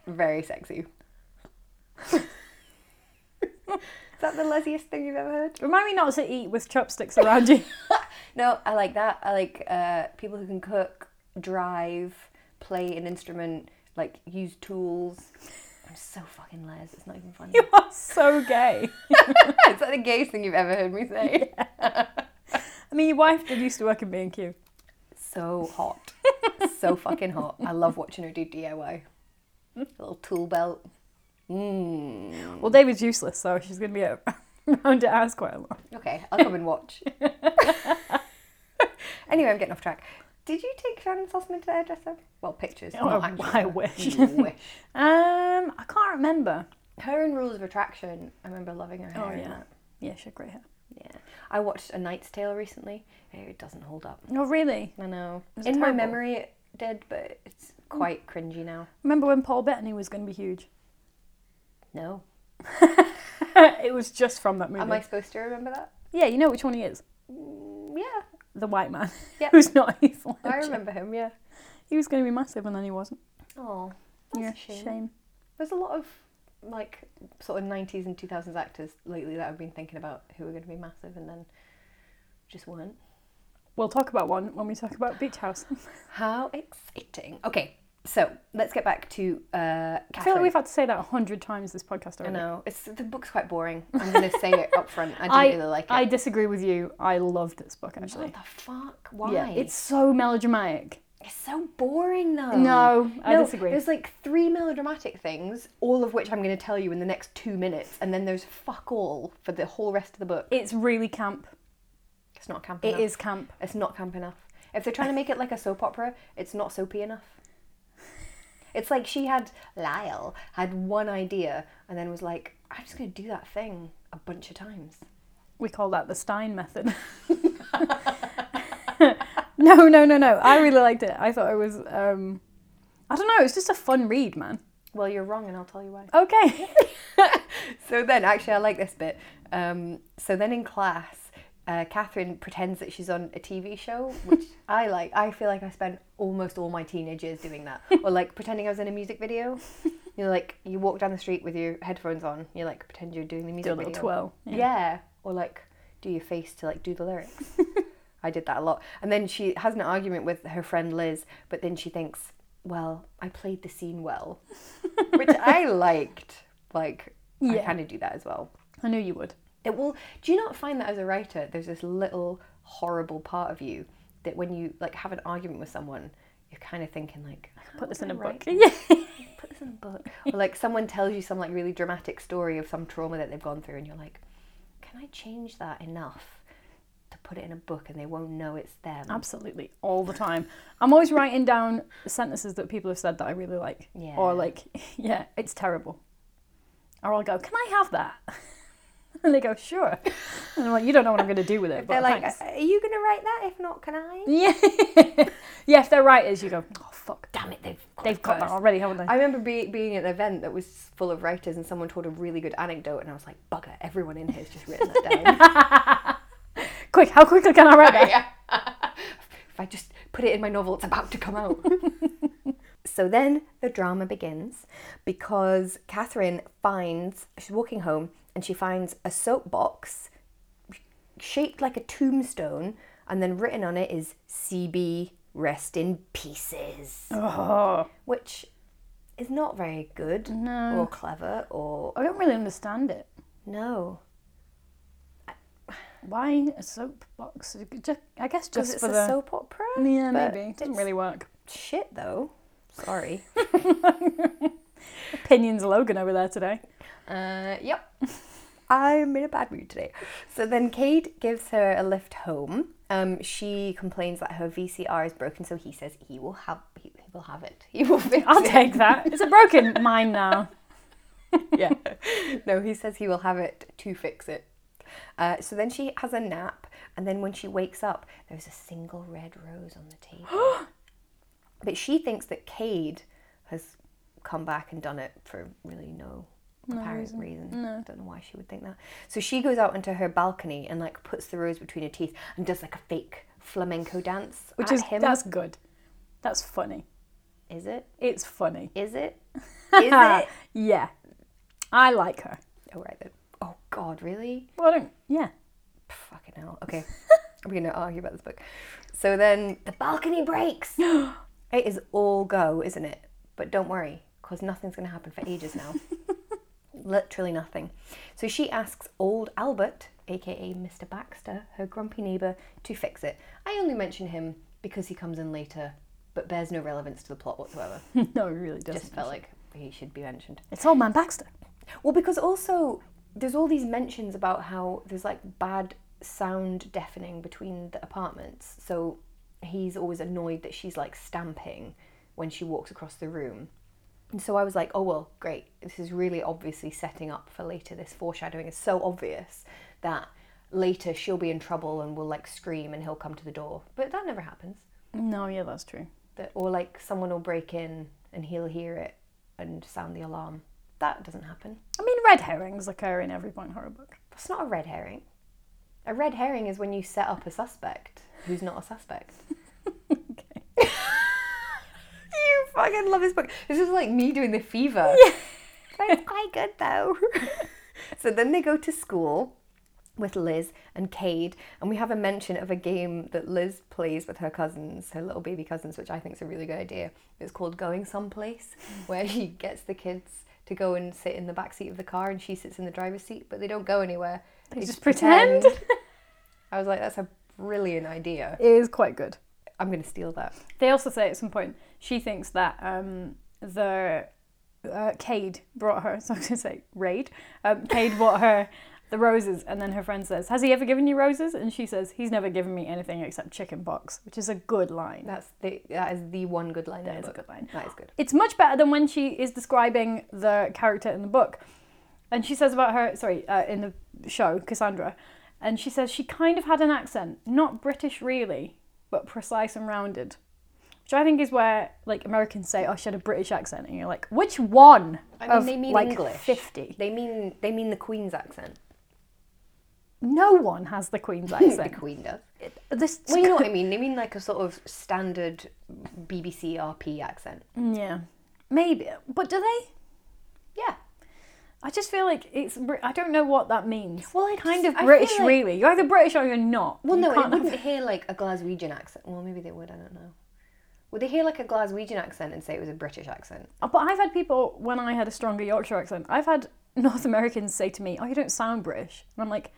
very sexy. Is that the laziest thing you've ever heard?
Remind me not to eat with chopsticks around you. *laughs*
No, I like that. I like uh, people who can cook, drive, play an instrument, like use tools. I'm so fucking les. It's not even *laughs* funny.
you are so gay.
Is that the gayest thing you've ever heard me say?
I mean, your wife did used to work in B&Q.
So
*laughs*
hot. so fucking hot. I love watching her do DIY. Little tool belt. Mmm.
Well, David's useless, so she's going to be a- *laughs* around at house quite a lot.
Okay, I'll come and
*laughs*
watch. anyway, I'm getting off track. Did you take Shannon Sussman to the hairdresser? Well, pictures.
Oh,
not
I-
actual-
I wish. *laughs*
You wish.
Um, I can't remember.
Her in Rules of Attraction, I remember loving her hair.
Oh,
in
yeah.
that.
Yeah, she had great hair.
Yeah. I watched A Knight's Tale recently. It doesn't hold up.
Oh, really?
I know.
Was it
In my
terrible?
memory, it did, but it's quite cringy now.
Remember when Paul Bettany was going to be huge? *laughs*
No.
it was just from that movie.
Am I supposed to remember that?
Yeah, you know which one he is.
Mm, yeah.
The white man.
Yeah.
*laughs* Who's not Heath
I
Ledger.
remember him, yeah.
He was going to be massive and then he wasn't.
Oh, that's
yeah,
a shame. There's a lot of like sort of 90s and 2000s actors lately that I've been thinking about who were going to be massive and then just weren't.
We'll talk about one when we talk about Beach House. *laughs*
How exciting. Okay, so let's get back to uh,
I feel like
Catherine.
we've had to say that a hundred times this podcast
I
already.
know. It's, the book's quite boring. I'm going to say it up front. I didn't
I-
really like it.
I disagree with you. I loved this book actually.
What the fuck? Why?
Yeah, it's
it's
so melodramatic.
it's so boring though.
No, I
No,
disagree.
There's like three melodramatic things, all of which I'm going to tell you in the next two minutes, and then there's fuck all for the whole rest of the book.
It's really camp.
It's not camp
It is
enough.
camp.
It's not camp enough. If they're trying to make it like a soap opera, it's not soapy enough. It's like she had Lyle had one idea and then was like, I'm just going to do that thing a bunch of times.
We call that the Stein
*laughs*
method. *laughs* no, no, no, no. I really liked it. I thought it was. Um, I don't know. It's just a fun read, man.
Well, you're wrong, and I'll tell you why.
Okay.
So then, actually, I like this bit. Um, so then in class, uh, Catherine pretends that she's on a TV show, which I like. I feel like I spent almost all my teenage years doing that, or like pretending I was in a music video. You know, like you walk down the street with your headphones on, you like pretend you're doing the music
Do a little
video.
twirl.
Yeah. or like do your face to like do the lyrics.
*laughs*
I did that a lot. And then she has an argument with her friend Liz, but then she thinks, well, I played the scene well, which I
*laughs*
liked. Like, I
Yeah.
kind of do that as well.
I knew you would.
It will. Do you not find that as a writer, there's this little horrible part of you that when you like have an argument with someone, you're kind of thinking like,
Put this in a book.
Right.
*laughs* Yeah.
Put this in a book. or like someone tells you some like really dramatic story of some trauma that they've gone through, and you're like, can I change that enough to put it in a book, and they won't know it's them?
Absolutely, all the time. I'm always writing down sentences that people have said that I really like.
Yeah.
Or like, *laughs* yeah, it's terrible. Or I'll go, can I have that? *laughs* and they go, sure. And I'm like, you don't know what I'm going to do with
*laughs*
it.
They're
but
like,
thanks."
are you gonna write that? If not, can I?
yeah. *laughs* yeah, if they're writers, you go, oh, fuck.
Damn it, they've got
They've
it
got
first."
that already, haven't they?
I remember be, being at an event that was full of writers, and someone told a really good anecdote, and I was like, "Bugger! Everyone in here's just written that down."
*laughs* Quick, how quickly can I write that?
*laughs* Yeah. if I just put it in my novel, it's about to come
*laughs*
out. *laughs* so then the drama begins because Catherine finds, she's walking home and she finds a soapbox shaped like a tombstone, and then written on it is CB, rest in pieces,
*laughs* Oh,
which is not very good
No.
or clever or
I don't really understand it.
no.
Why a soapbox? Just, I guess
Because
just
it's
for
a
the.
soap opera?
yeah,
but
maybe. It doesn't
it's
really work.
shit though. Sorry.
Opinions Logan over there today.
Uh, yep. I'm in a bad mood today. So then Cade gives her a lift home. Um, she complains that her VCR is broken, so he says he will have he, he will have it. He will fix *laughs*
I'll
it.
take that. It's a broken mine now. yeah.
*laughs* No, he says he will have it to fix it. Uh, so then she has a nap, and then when she wakes up, there's a single red rose on the table.
*gasps*
but she thinks that Cade has come back and done it for really no apparent reason. I don't know why she would think that. So she goes out onto her balcony and like puts the rose between her teeth and does like a fake flamenco dance
Which
at
is
him.
that's good. That's funny.
Is it?
It's funny. *laughs*
Is it? Is it?
yeah. I like her.
Oh, right then. oh God, really?
Well, I don't. Yeah. *laughs*
Fucking hell. Okay, we're gonna argue about this book. So then the balcony breaks. it is all go, isn't it? But don't worry, because nothing's gonna happen for ages now. Literally nothing. So she asks old Albert, aka Mr. Baxter, her grumpy neighbour, to fix it. I only mention him because he comes in later, but bears no relevance to the plot whatsoever.
no, it really doesn't.
Just felt like he should be mentioned.
It's old man Baxter.
Well, because also there's all these mentions about how there's like bad sound deafening between the apartments. So he's always annoyed that she's like stamping when she walks across the room. And so I was like, oh, well, great. This is really obviously setting up for later. This foreshadowing is so obvious that later she'll be in trouble and will like scream and he'll come to the door. But that never happens.
No, yeah, that's true.
That, or like someone will break in and he'll hear it and sound the alarm. That doesn't happen.
I mean, red herrings occur in every Bond horror book.
That's not a red herring. A red herring is when you set up a suspect who's not a suspect.
okay.
you fucking love this book. This is like me doing the fever. *laughs* But it's quite good though. *laughs* so then they go to school with Liz and Cade, and we have a mention of a game that Liz plays with her cousins, her little baby cousins, which I think is a really good idea. It's called Going Someplace,
*laughs*
where she gets the kids to go and sit in the back seat of the car and she sits in the driver's seat, but they don't go anywhere.
They just pretend.
*laughs* I was like, that's a brilliant idea.
It is quite good.
I'm going to steal that.
They also say at some point she thinks that um, the uh, Cade brought her. *laughs* So I was going to say raid. Um, Cade brought her the roses, and then her friend says, "Has he ever given you roses?" And she says, "He's never given me anything except chicken pox," which is a good line.
That's the that is the one good line. in
That
the
is a
book.
good line.
That is good.
It's much better than when she is describing the character in the book. And she says about her, sorry, uh, in the show, Cassandra, and she says she kind of had an accent, not British really, but precise and rounded. Which I think is where like Americans say, "Oh, she had a British accent," and you're like, "Which one?"
I mean,
of,
they mean
like,
English.
Fifty.
They mean they mean the Queen's *laughs* accent.
No one has
*laughs*
the Queen's
The
accent.
Queen does.
this,
Well, *laughs* you know what I mean. They mean like a sort of standard BBC RP accent.
yeah, maybe, but do they?
Yeah.
I just feel like it's. Br- I don't know what that means.
Well, I
kind
just- I
of
feel
British,
like-
really. You're either British or you're not.
Well,
You
no, they *laughs*
can't-
wouldn't hear like a Glaswegian accent. Well, maybe they would. I don't know. Would they hear like a Glaswegian accent and say it was a British accent?
But I've had people when I had a stronger Yorkshire accent. I've had North Americans say to me, "Oh, you don't sound British," and I'm like,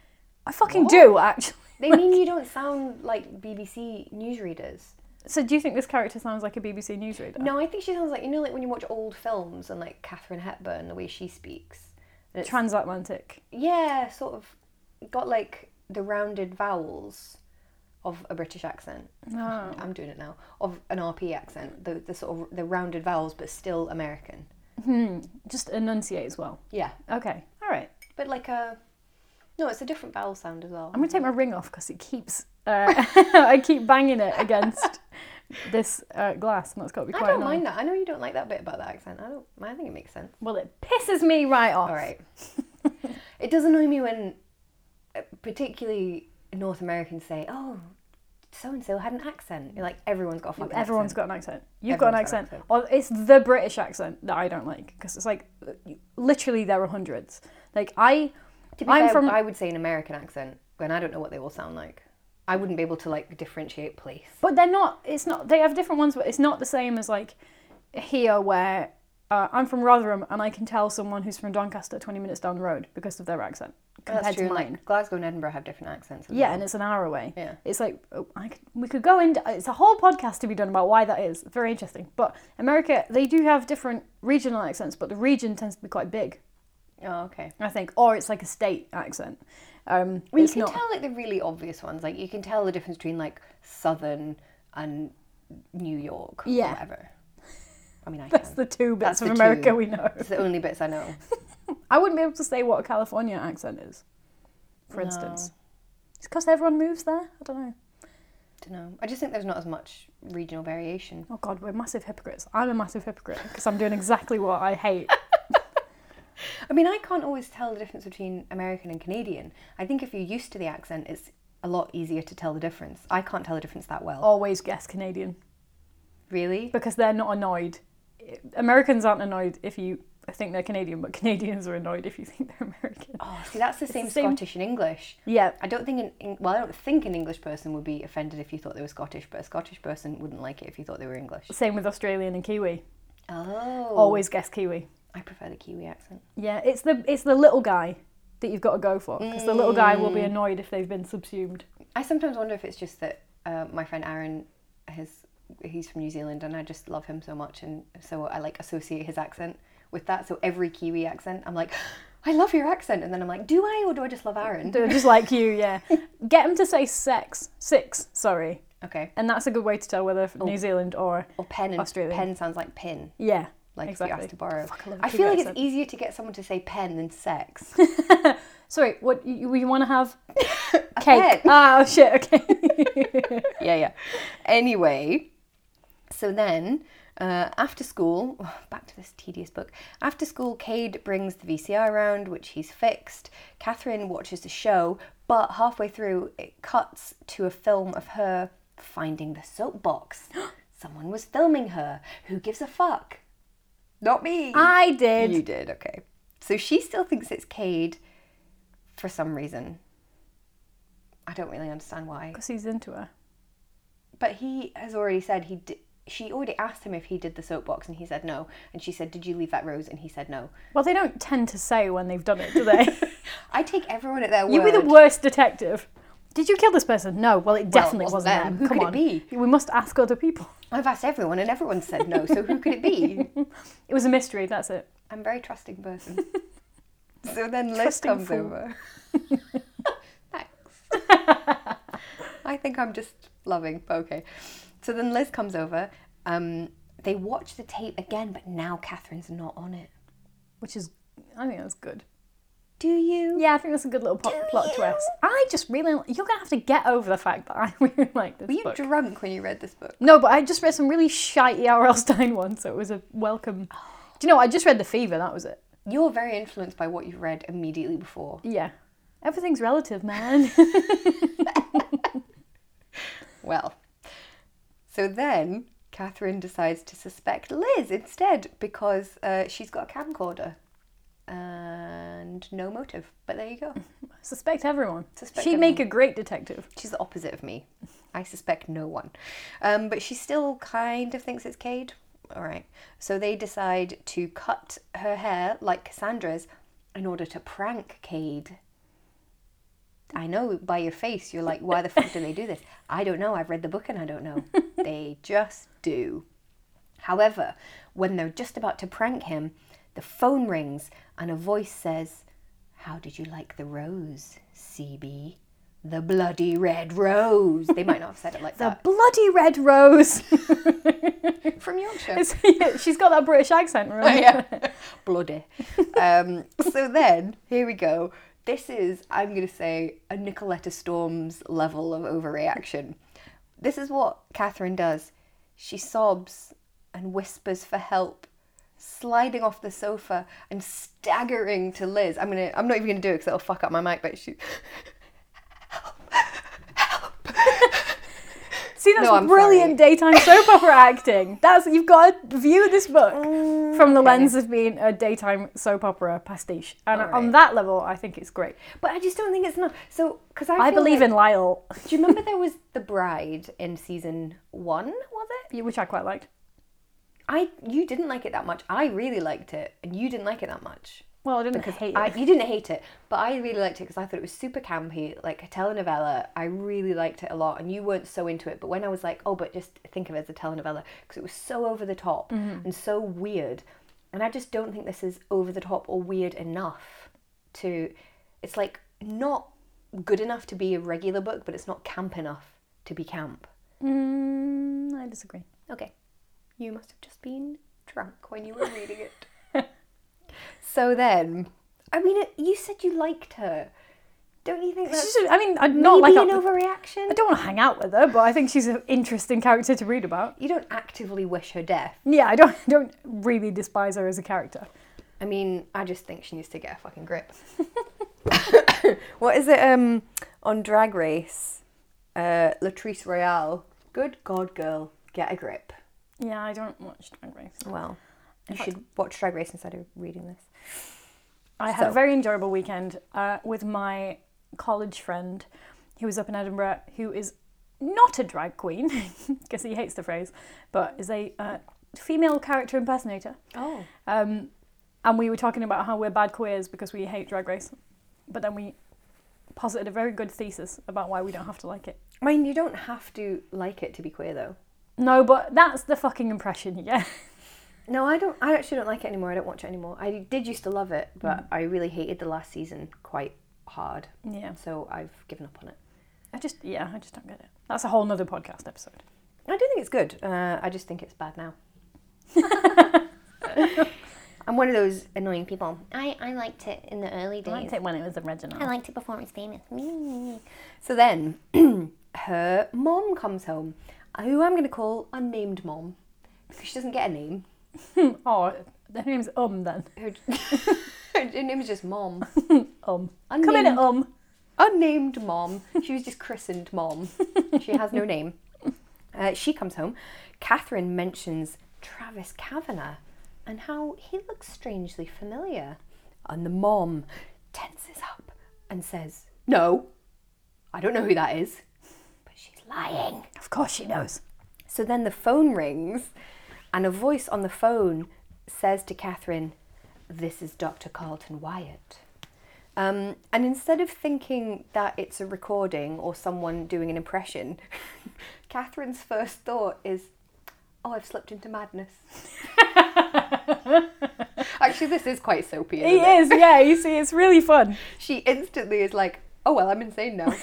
"I fucking do, actually." *laughs*
They mean you don't sound like BBC newsreaders.
So, do you think this character sounds like a BBC newsreader?
No, I think she sounds like you know, like when you watch old films and like Catherine Hepburn, the way she speaks. And it's-
Transatlantic.
yeah, sort of got like the rounded vowels of a British accent.
Oh.
I'm doing it now. Of an RP accent, the the sort of the rounded vowels, but still American.
Just enunciate as well.
Yeah,
Okay. All right.
but like a no, it's a different vowel sound as well.
I'm gonna take my ring off because it keeps. Uh, *laughs* I keep banging it against this uh, glass, and that's got to be
I
quite.
don't
annoying.
mind that. I know you don't like that bit about that accent. I don't. I think it makes
*laughs*
sense.
Well, it pisses me right off.
All right. it does annoy me when, uh, particularly North Americans say, "Oh, so and so had an accent." You're like, everyone's got a fucking
Everyone's
accent.
got an accent. You've got an
Everyone's got an
accent. Or it's the British accent that I don't like because it's like literally there are hundreds. Like I,
To be
I'm
fair,
from.
I would say an American accent, and I don't know what they all sound like. I wouldn't be able to like differentiate place.
but they're not. It's not. They have different ones, but it's not the same as like here where uh, I'm from Rotherham and I can tell someone who's from Doncaster 20 minutes down the road because of their accent compared
That's true.
to mine.
Like Glasgow and Edinburgh have different accents. as
yeah,
well.
and it's an hour away.
Yeah.
It's like oh, I could, we could go into it's a whole podcast to be done about why that is. Very interesting. But America, they do have different regional accents, but the region tends to be quite big.
Oh, okay.
I think, or it's like a state accent. Um,
Well, you
it's
can
not.
tell like the really obvious ones. Like you can tell the difference between like Southern and New York. or
Yeah.
whatever. I mean, I
That's
can.
the two bits
That's
of
the
America
two.
we know.
It's the only bits I know. *laughs*
I wouldn't be able to say what a California accent is, for instance. It's because everyone moves there. I don't know.
don't know. I just think there's not as much regional variation.
Oh God, we're massive hypocrites. I'm a massive hypocrite because I'm doing exactly what I
*laughs*
hate.
I mean, I can't always tell the difference between American and Canadian. I think if you're used to the accent, it's a lot easier to tell the difference. I can't tell the difference that well.
Always guess Canadian
Really?
because they're not annoyed. Americans aren't annoyed if you they think they're Canadian, but Canadians are annoyed if you think they're American.
Oh, see, that's the same
the same-
Scottish and English.
Yeah,
I don't think an Eng- well, I don't think an English person would be offended if you thought they were Scottish, but a Scottish person wouldn't like it if you thought they were English.
same with Australian and Kiwi.
Oh,
Always guess Kiwi.
I prefer the Kiwi accent.
Yeah, it's the it's the little guy that you've got to go for because the little guy
Mm.
will be annoyed if they've been subsumed.
I sometimes wonder if it's just that uh, my friend Aaron, his he's from New Zealand, and I just love him so much, and so I like associate his accent with that. So every Kiwi accent, I'm like, *gasps* I love your accent, and then I'm like, do I or do I just love Aaron?
They're just like you,
*laughs*
yeah. Get them to say sex, six, sorry,
Okay.
and that's a good way to tell whether
Oh.
from New Zealand or
Or pen and
Australian.
pen sounds like pin.
yeah,
Like if you
exactly.
ask to borrow.
Fuck, I love a
I
Kiwi
feel like
accent.
it's easier to get someone to say pen than
*laughs*
sex.
Sorry, what you, you want to
*laughs*
have?
pet.
Cake. Ah, oh, shit.
*laughs*
Okay.
yeah, yeah. Anyway, so then uh, after school, *sighs* back to this tedious book. After school, Cade brings the VCR round, which he's fixed. Catherine watches the show, but halfway through, it cuts to a film of her finding the
*gasps*
soapbox. Someone was filming her. Who gives a fuck? Not me.
I did.
You did, okay. So she still thinks it's Cade for some reason. I don't really understand why.
Because he's into her.
But he has already said he did. She already asked him if he did the soapbox, and he said no. And she said, "Did you leave that rose?" And he said no.
Well, they don't tend to say when they've done it, do
*laughs*
they? *laughs*
I take everyone at their word.
you were the worst detective. Did you kill this person? No. Well, it definitely
wasn't
wasn't,
them.
them.
Who
Come
could it
on.
be?
We must ask other people.
I've asked everyone, and everyone said no. So who could it
*laughs*
be?
It was a mystery. That's it.
I'm a very trusting person.
*laughs*
so then Liz
Trusting
comes
fool. *laughs*
over. Thanks. I think I'm just loving. but Okay. So then Liz comes over. Um, they watch the tape again, but now Catherine's not on it.
Which is, I think that's good.
Do you?
Yeah, I think that's a good little plot,
Do
plot
you?
twist. I just really, you're gonna have to get over the fact that I *laughs* really like this
Were you
book.
drunk when you read this book?
No, but I just read some really shitey R.L. Stein *laughs* one, so it was a welcome. Do you know? I just read The Fever. That was it.
You're very influenced by what you've read immediately before.
Yeah, everything's relative, man. *laughs*
Well, so then Catherine decides to suspect Liz instead because uh, she's got a camcorder and no motive. But there you go.
Suspect everyone.
Suspect
She'd make a great detective.
She's the opposite of me. I suspect no one. Um, but she still kind of thinks it's Cade. All right. So they decide to cut her hair like Cassandra's in order to prank Cade. I know by your face, you're like, why the fuck do they do this? I don't know. I've read the book and I don't know. they just do. However, when they're just about to prank him, the phone rings and a voice says, How did you like the rose, CB? The bloody red rose. They might not have said it like
The
that.
bloody red rose. *laughs*
From Yorkshire.
She's got that British accent,
*laughs*
right?
yeah. Bloody. Um, so then, here we go. This is, I'm going to say, a Nicoletta Storms level of overreaction. This is what Catherine does. She sobs and whispers for help, sliding off the sofa and staggering to Liz. I'm gonna, I'm not even gonna do it because it'll fuck up my mic. But she, *laughs*
See, that's
No, I'm
brilliant daytime soap
*laughs*
opera acting. That's you've got to view this book
Mm,
from the lens of being a daytime soap opera pastiche, and on
right.
that level, I think it's great.
*laughs* but I just don't think it's enough. So, because I,
I,
feel
believe
like-
in Lyle, *laughs*
Do you remember there was the bride in season one? Was it?
which I quite liked.
I you didn't like it that much. I really liked it, and you didn't like it that much.
Well, I didn't hate
I,
it.
you didn't hate it, but I really liked it because I thought it was super campy, like a telenovela. I really liked it a lot, and you weren't so into it. But when I was like, oh, but just think of it as a telenovela because it was so over the top and so weird, and I just don't think this is over the top or weird enough to. It's like not good enough to be a regular book, but it's not camp enough to be camp.
Mm, I disagree.
Okay. You must have just been drunk when you were reading it.
*laughs*
so then, I mean, it, you said you liked her. Don't you think
It's
that's
just a- I mean, I'm
not
not like
an
I I
overreaction?
don't want to hang out with her, but I think she's an interesting character to read about.
You don't actively wish her death.
Yeah, I don't *laughs* I don't really despise her as a character.
I mean, I just think she needs to get a fucking
*laughs*
grip. what is it um on Drag Race? Uh, Latrice Royale. Good God, girl, get a grip.
Yeah, I don't watch Drag Race.
Well, You should watch Drag Race instead of reading this.
I had a
So-
very enjoyable weekend uh, with my college friend who was up in Edinburgh, who is not a drag queen, *laughs* because he hates the phrase, but is a uh, female character impersonator.
Oh.
Um, and we were talking about how we're bad queers because we hate Drag Race, but then we posited a very good thesis about why we don't have to like it.
I mean, you don't have to like it to be queer, though.
No, but that's the fucking impression you get.
No, I don't. I actually don't like it anymore. I don't watch it anymore. I did used to love it, but I really hated the last season quite hard.
*laughs* yeah,
So I've given up on it.
I just yeah, I just don't get it. That's a whole nother podcast episode.
I do think it's good. Uh, I just think it's bad now. I'm one of those annoying people.
I, I liked it in the early days. I liked it,
when it was original.
before it was famous. Me.
So then, *clears throat* her mom comes home, who I'm going to call unnamed mom, because she doesn't get a name.
Oh, her name's Um then.
Her, *laughs* her name is just mom.
Um.
Unnamed,
Come in at Um.
unnamed mom. She was just christened mom. she has no name. Uh, she comes home. Catherine mentions Travis Kavanagh and how he looks strangely familiar. And the mom tenses up and says, No, I don't know who that is. But she's lying.
Of course she knows.
So then the phone rings, and a voice on the phone says to Catherine, This is Dr. Carlton Wyatt. Um, and instead of thinking that it's a recording or someone doing an impression, *laughs* Catherine's first thought is, Oh, I've slipped into madness. *laughs* Actually, this is quite soapy. Isn't
He
it?
is, yeah. You see, it's really fun.
She instantly is like, Oh, well, I'm insane now.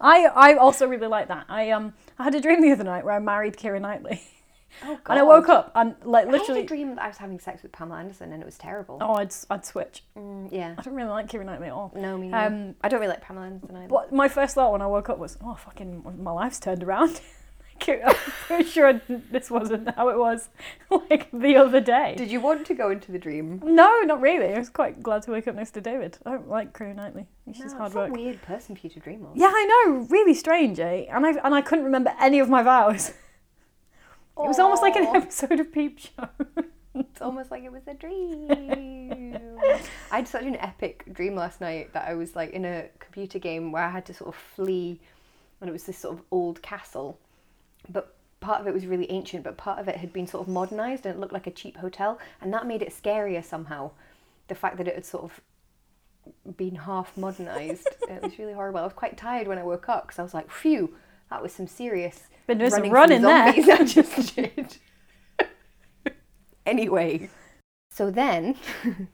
I I also really like that. I um I had a dream the other night where I married Kira Knightley, *laughs*
Oh,
and I woke up and like
I had a
literally.
dream that I was having sex with Pamela Anderson and it was terrible.
Oh, I'd I'd switch.
Mm, yeah.
I don't really like Kira Knightley at all.
No, me neither.
Um,
I don't really like Pamela Anderson either.
what my first thought when I woke up was, oh fucking, my life's turned around. *laughs* Like, I'm pretty sure this wasn't how it was *laughs* like the other day.
Did you want to go into the dream?
no, not really. I was quite glad to wake up next to David. I don't like Kira Knightley. She's hard
it's a
work.
weird person for you to dream of.
Yeah, I know. Really strange, eh? And I and I couldn't remember any of my vows. *laughs* It was almost like an
Aw.
episode of Peep Show. *laughs*
It's almost like it was a dream. I had such an epic dream last night that I was like in a computer game where I had to sort of flee, and it was this sort of old castle, but part of it was really ancient, but part of it had been sort of modernized and it looked like a cheap hotel, and that made it scarier somehow. The fact that it had sort of been half modernized, it was really horrible. I was quite tired when I woke up because I was like, "Phew, that was some serious
Been doing some running
from
there.
zombies *laughs* I just did." anyway. So then, *laughs*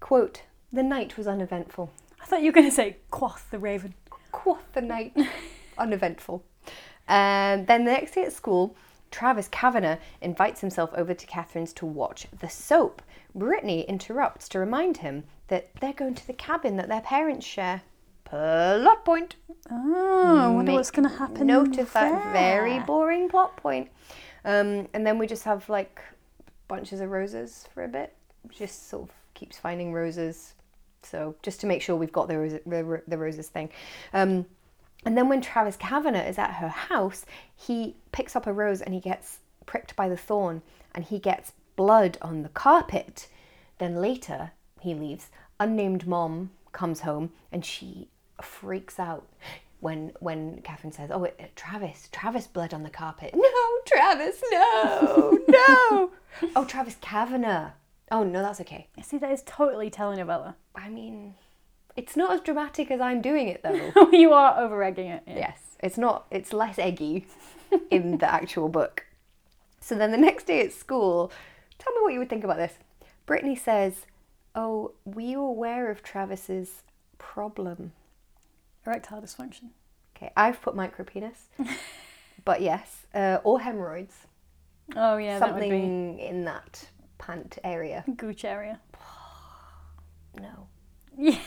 quote, the night was uneventful.
*laughs* I thought you were going to say Quoth the Raven.
Quoth the night, uneventful. Um, then the next day at school, Travis Kavanagh invites himself over to Catherine's to watch the soap. Brittany interrupts to remind him that they're going to the cabin that their parents share. Plot point.
Oh, I wonder
Make
what's going to happen.
Note of that
there.
very boring plot point. Um, and then we just have like bunches of roses for a bit. Just sort of keeps finding roses. So just to make sure we've got the, rose, the, ro- the roses thing. Um, and then when Travis Kavanagh is at her house, he picks up a rose and he gets pricked by the thorn and he gets blood on the carpet. Then later, he leaves. Unnamed mom comes home and she freaks out when when Catherine says, "Oh, it, Travis, Travis bled on the carpet." *laughs* No, Travis, no, no. oh, Travis Kavanagh. Oh no, that's okay.
See, that is totally telenovela. *laughs*
I mean, it's not as dramatic as I'm doing it though.
Oh, you are over egging it. Yeah.
Yes, it's not. It's less eggy in the actual book. So then the next day at school, tell me what you would think about this. Brittany says, "Oh, were you aware of Travis's problem?"
Erectile dysfunction.
Okay, I've put micropenis,
*laughs*
but yes, uh, or hemorrhoids,
Oh, yeah, that
something in that pant area.
would be gooch area. *laughs*
No,
Yes.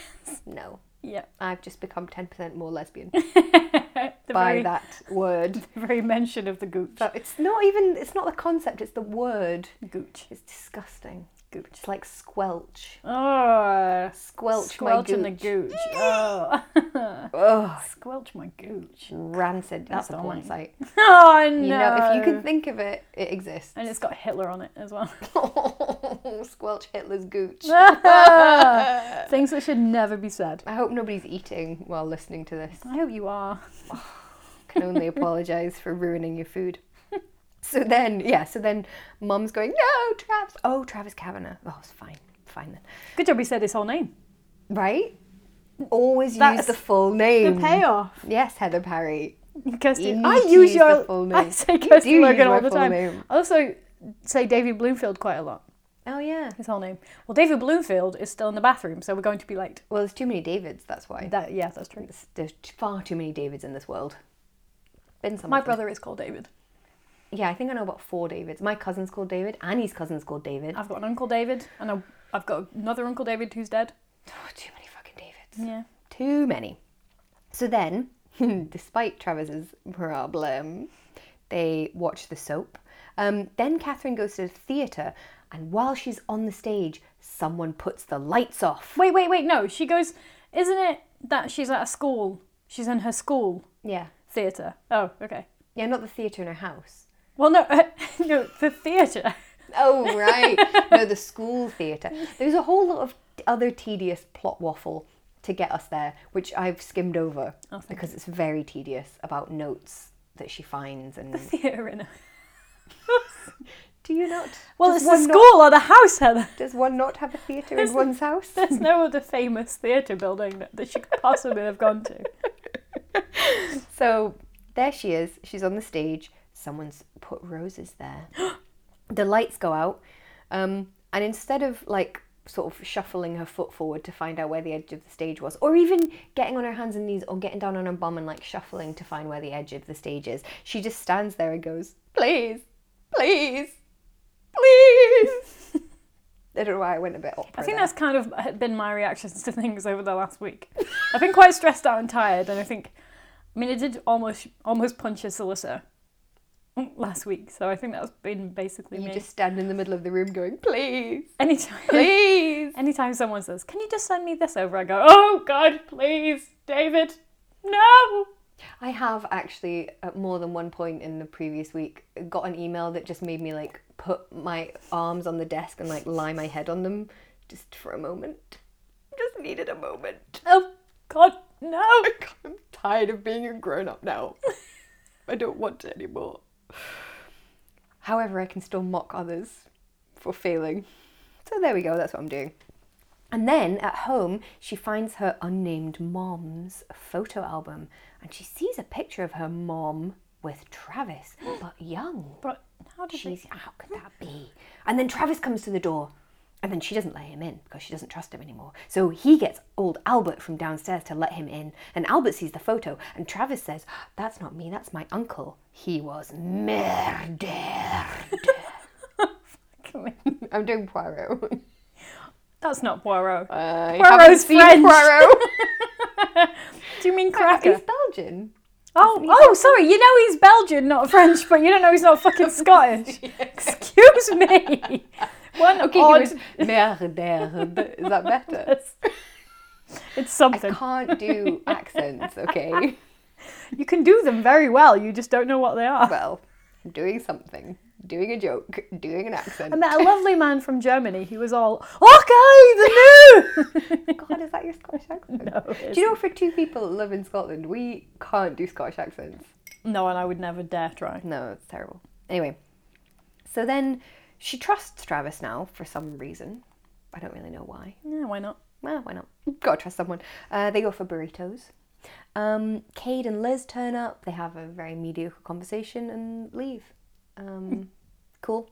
no,
Yeah.
I've just become ten percent more
*laughs*
lesbian
The
by
very,
that
*laughs*
word.
very mention of the gooch.
But it's not even. It's not the concept. It's the word.
gooch.
It's disgusting. Gooch. It's like squelch.
Oh,
Squelch,
squelch
my
in
gooch.
the gooch.
*laughs*
Oh,
Ugh,
squelch my
*laughs*
gooch.
rancid. That's a
don't
porn
like-
site.
Oh no!
You know, if you can think of it, it exists.
and it's got Hitler on it
*laughs*
as well. *laughs*
squelch Hitler's gooch.
Things that should never be said.
I hope nobody's eating while listening to this.
I hope you are.
can only apologize for ruining your food. So then, yeah, so then mum's going, no, Travis. Oh, Travis Kavanagh. Oh, it's fine. Fine then.
Good job we said his whole name.
Right? Always use
That's
the full name.
The payoff.
Yes, Heather Parry.
Kirsty,
You
I
need to
use
use
your
the full
*laughs* I
name.
say
You do
Kirsty
use
Logan
my
all the
full
time.
name.
I also say David Bloomfield quite a lot.
Oh, yeah.
His whole name. Well, David Bloomfield is still in the bathroom, so we're going to be late.
Well, there's too many Davids, that's why.
That yeah, that's true.
There's, there's t- far too many Davids in this world. Been some.
My
of them.
brother is called David.
Yeah, I think I know about four Davids. My cousin's called David. Annie's cousin's called David.
I've got an uncle David, and I, I've got another uncle David who's dead.
Oh, too many fucking Davids.
Yeah.
Too many. So then, *laughs* despite Travis's problem, they watch the soap. Um, then Catherine goes to the theatre, and while she's on the stage, someone puts the lights off.
Wait, wait, wait. No, she goes. Isn't it that she's at a school? She's in her school
Yeah.
theatre. Oh, okay.
Yeah, not the theatre in her house.
Well, no, *laughs* no, the *laughs* theatre.
Oh, right. no,
*laughs*
the school theatre. There's a whole lot of other tedious plot waffle to get us there, which I've skimmed over
Oh,
because it's very tedious about notes that she finds. And
Theatre in a-
do you not?
Well,
does
it's the
one not-
school or the house, Heather.
Does one not have a theatre in one's house?
*laughs* There's no other famous theatre building that, that she could possibly have gone *laughs* to.
So there she is. She's on the stage. Someone's put roses
*gasps*
there. the lights go out. Um, and instead of like sort of shuffling her foot forward to find out where the edge of the stage was, or even getting on her hands and knees or getting down on her bum and like shuffling to find where the edge of the stage is, she just stands there and goes, Please, please, please. I don't know why I went a bit opera.
I think
there.
that's kind of been my reactions to things over the last week. I've been quite stressed out and tired, and I think, I mean, I did almost almost punch a solicitor last week, so I think that's been basically
you
me.
just stand in the middle of the room going, Please,
anytime,
please.
anytime someone says, "Can you just send me this over?" I go, "Oh God, please, David, no."
I have actually, at more than one point in the previous week, got an email that just made me like put my arms on the desk and like lie my head on them just for a moment. Just needed a moment.
Oh God,
*laughs*
no.
I'm tired of being a grown up now. I don't want it anymore. However, I can still mock others for failing. So there we go, that's what I'm doing. And then at home, she finds her unnamed mom's photo album and she sees a picture of her mom with *gasps* Travis, but young.
But how did
She's, how could that be? And then Travis comes to the door, and then she doesn't let him in because she doesn't trust him anymore. So he gets old Albert from downstairs to let him in, and Albert sees the photo, and Travis says, That's not me, that's my uncle. He was murdered. I'm doing *laughs* Poirot.
*laughs* That's not Poirot.
I
Poirot's
Uh, haven't seen
French.
*laughs* Poirot.
Do you mean cracker?
He's Belgian.
Oh, oh, sorry. You know he's Belgian, not French, but you don't know he's
*laughs*
not fucking Scottish. Excuse me. One
Okay,
odd.
he was murdered. *laughs* Is that better?
It's
I
something.
can't do accents, *laughs* okay?
You can do them very well. You just don't know what they are.
Well, I'm doing something, doing a joke, doing an accent.
I met
*laughs*
a lovely man from Germany. He was all okay. The
*laughs*
new. *laughs*
God, is that your Scottish *laughs* accent?
No, it
Do you know for two people that live in Scotland, we can't do Scottish accents.
no, and I would never dare try.
No, it's terrible. Anyway, so then she trusts Travis now for some reason. I don't really know why.
Yeah, why not?
Well, why not? Gotta trust someone. Uh, they go for burritos. Um, Cade and Liz turn up. They have a very mediocre conversation and leave. *laughs* Um, cool.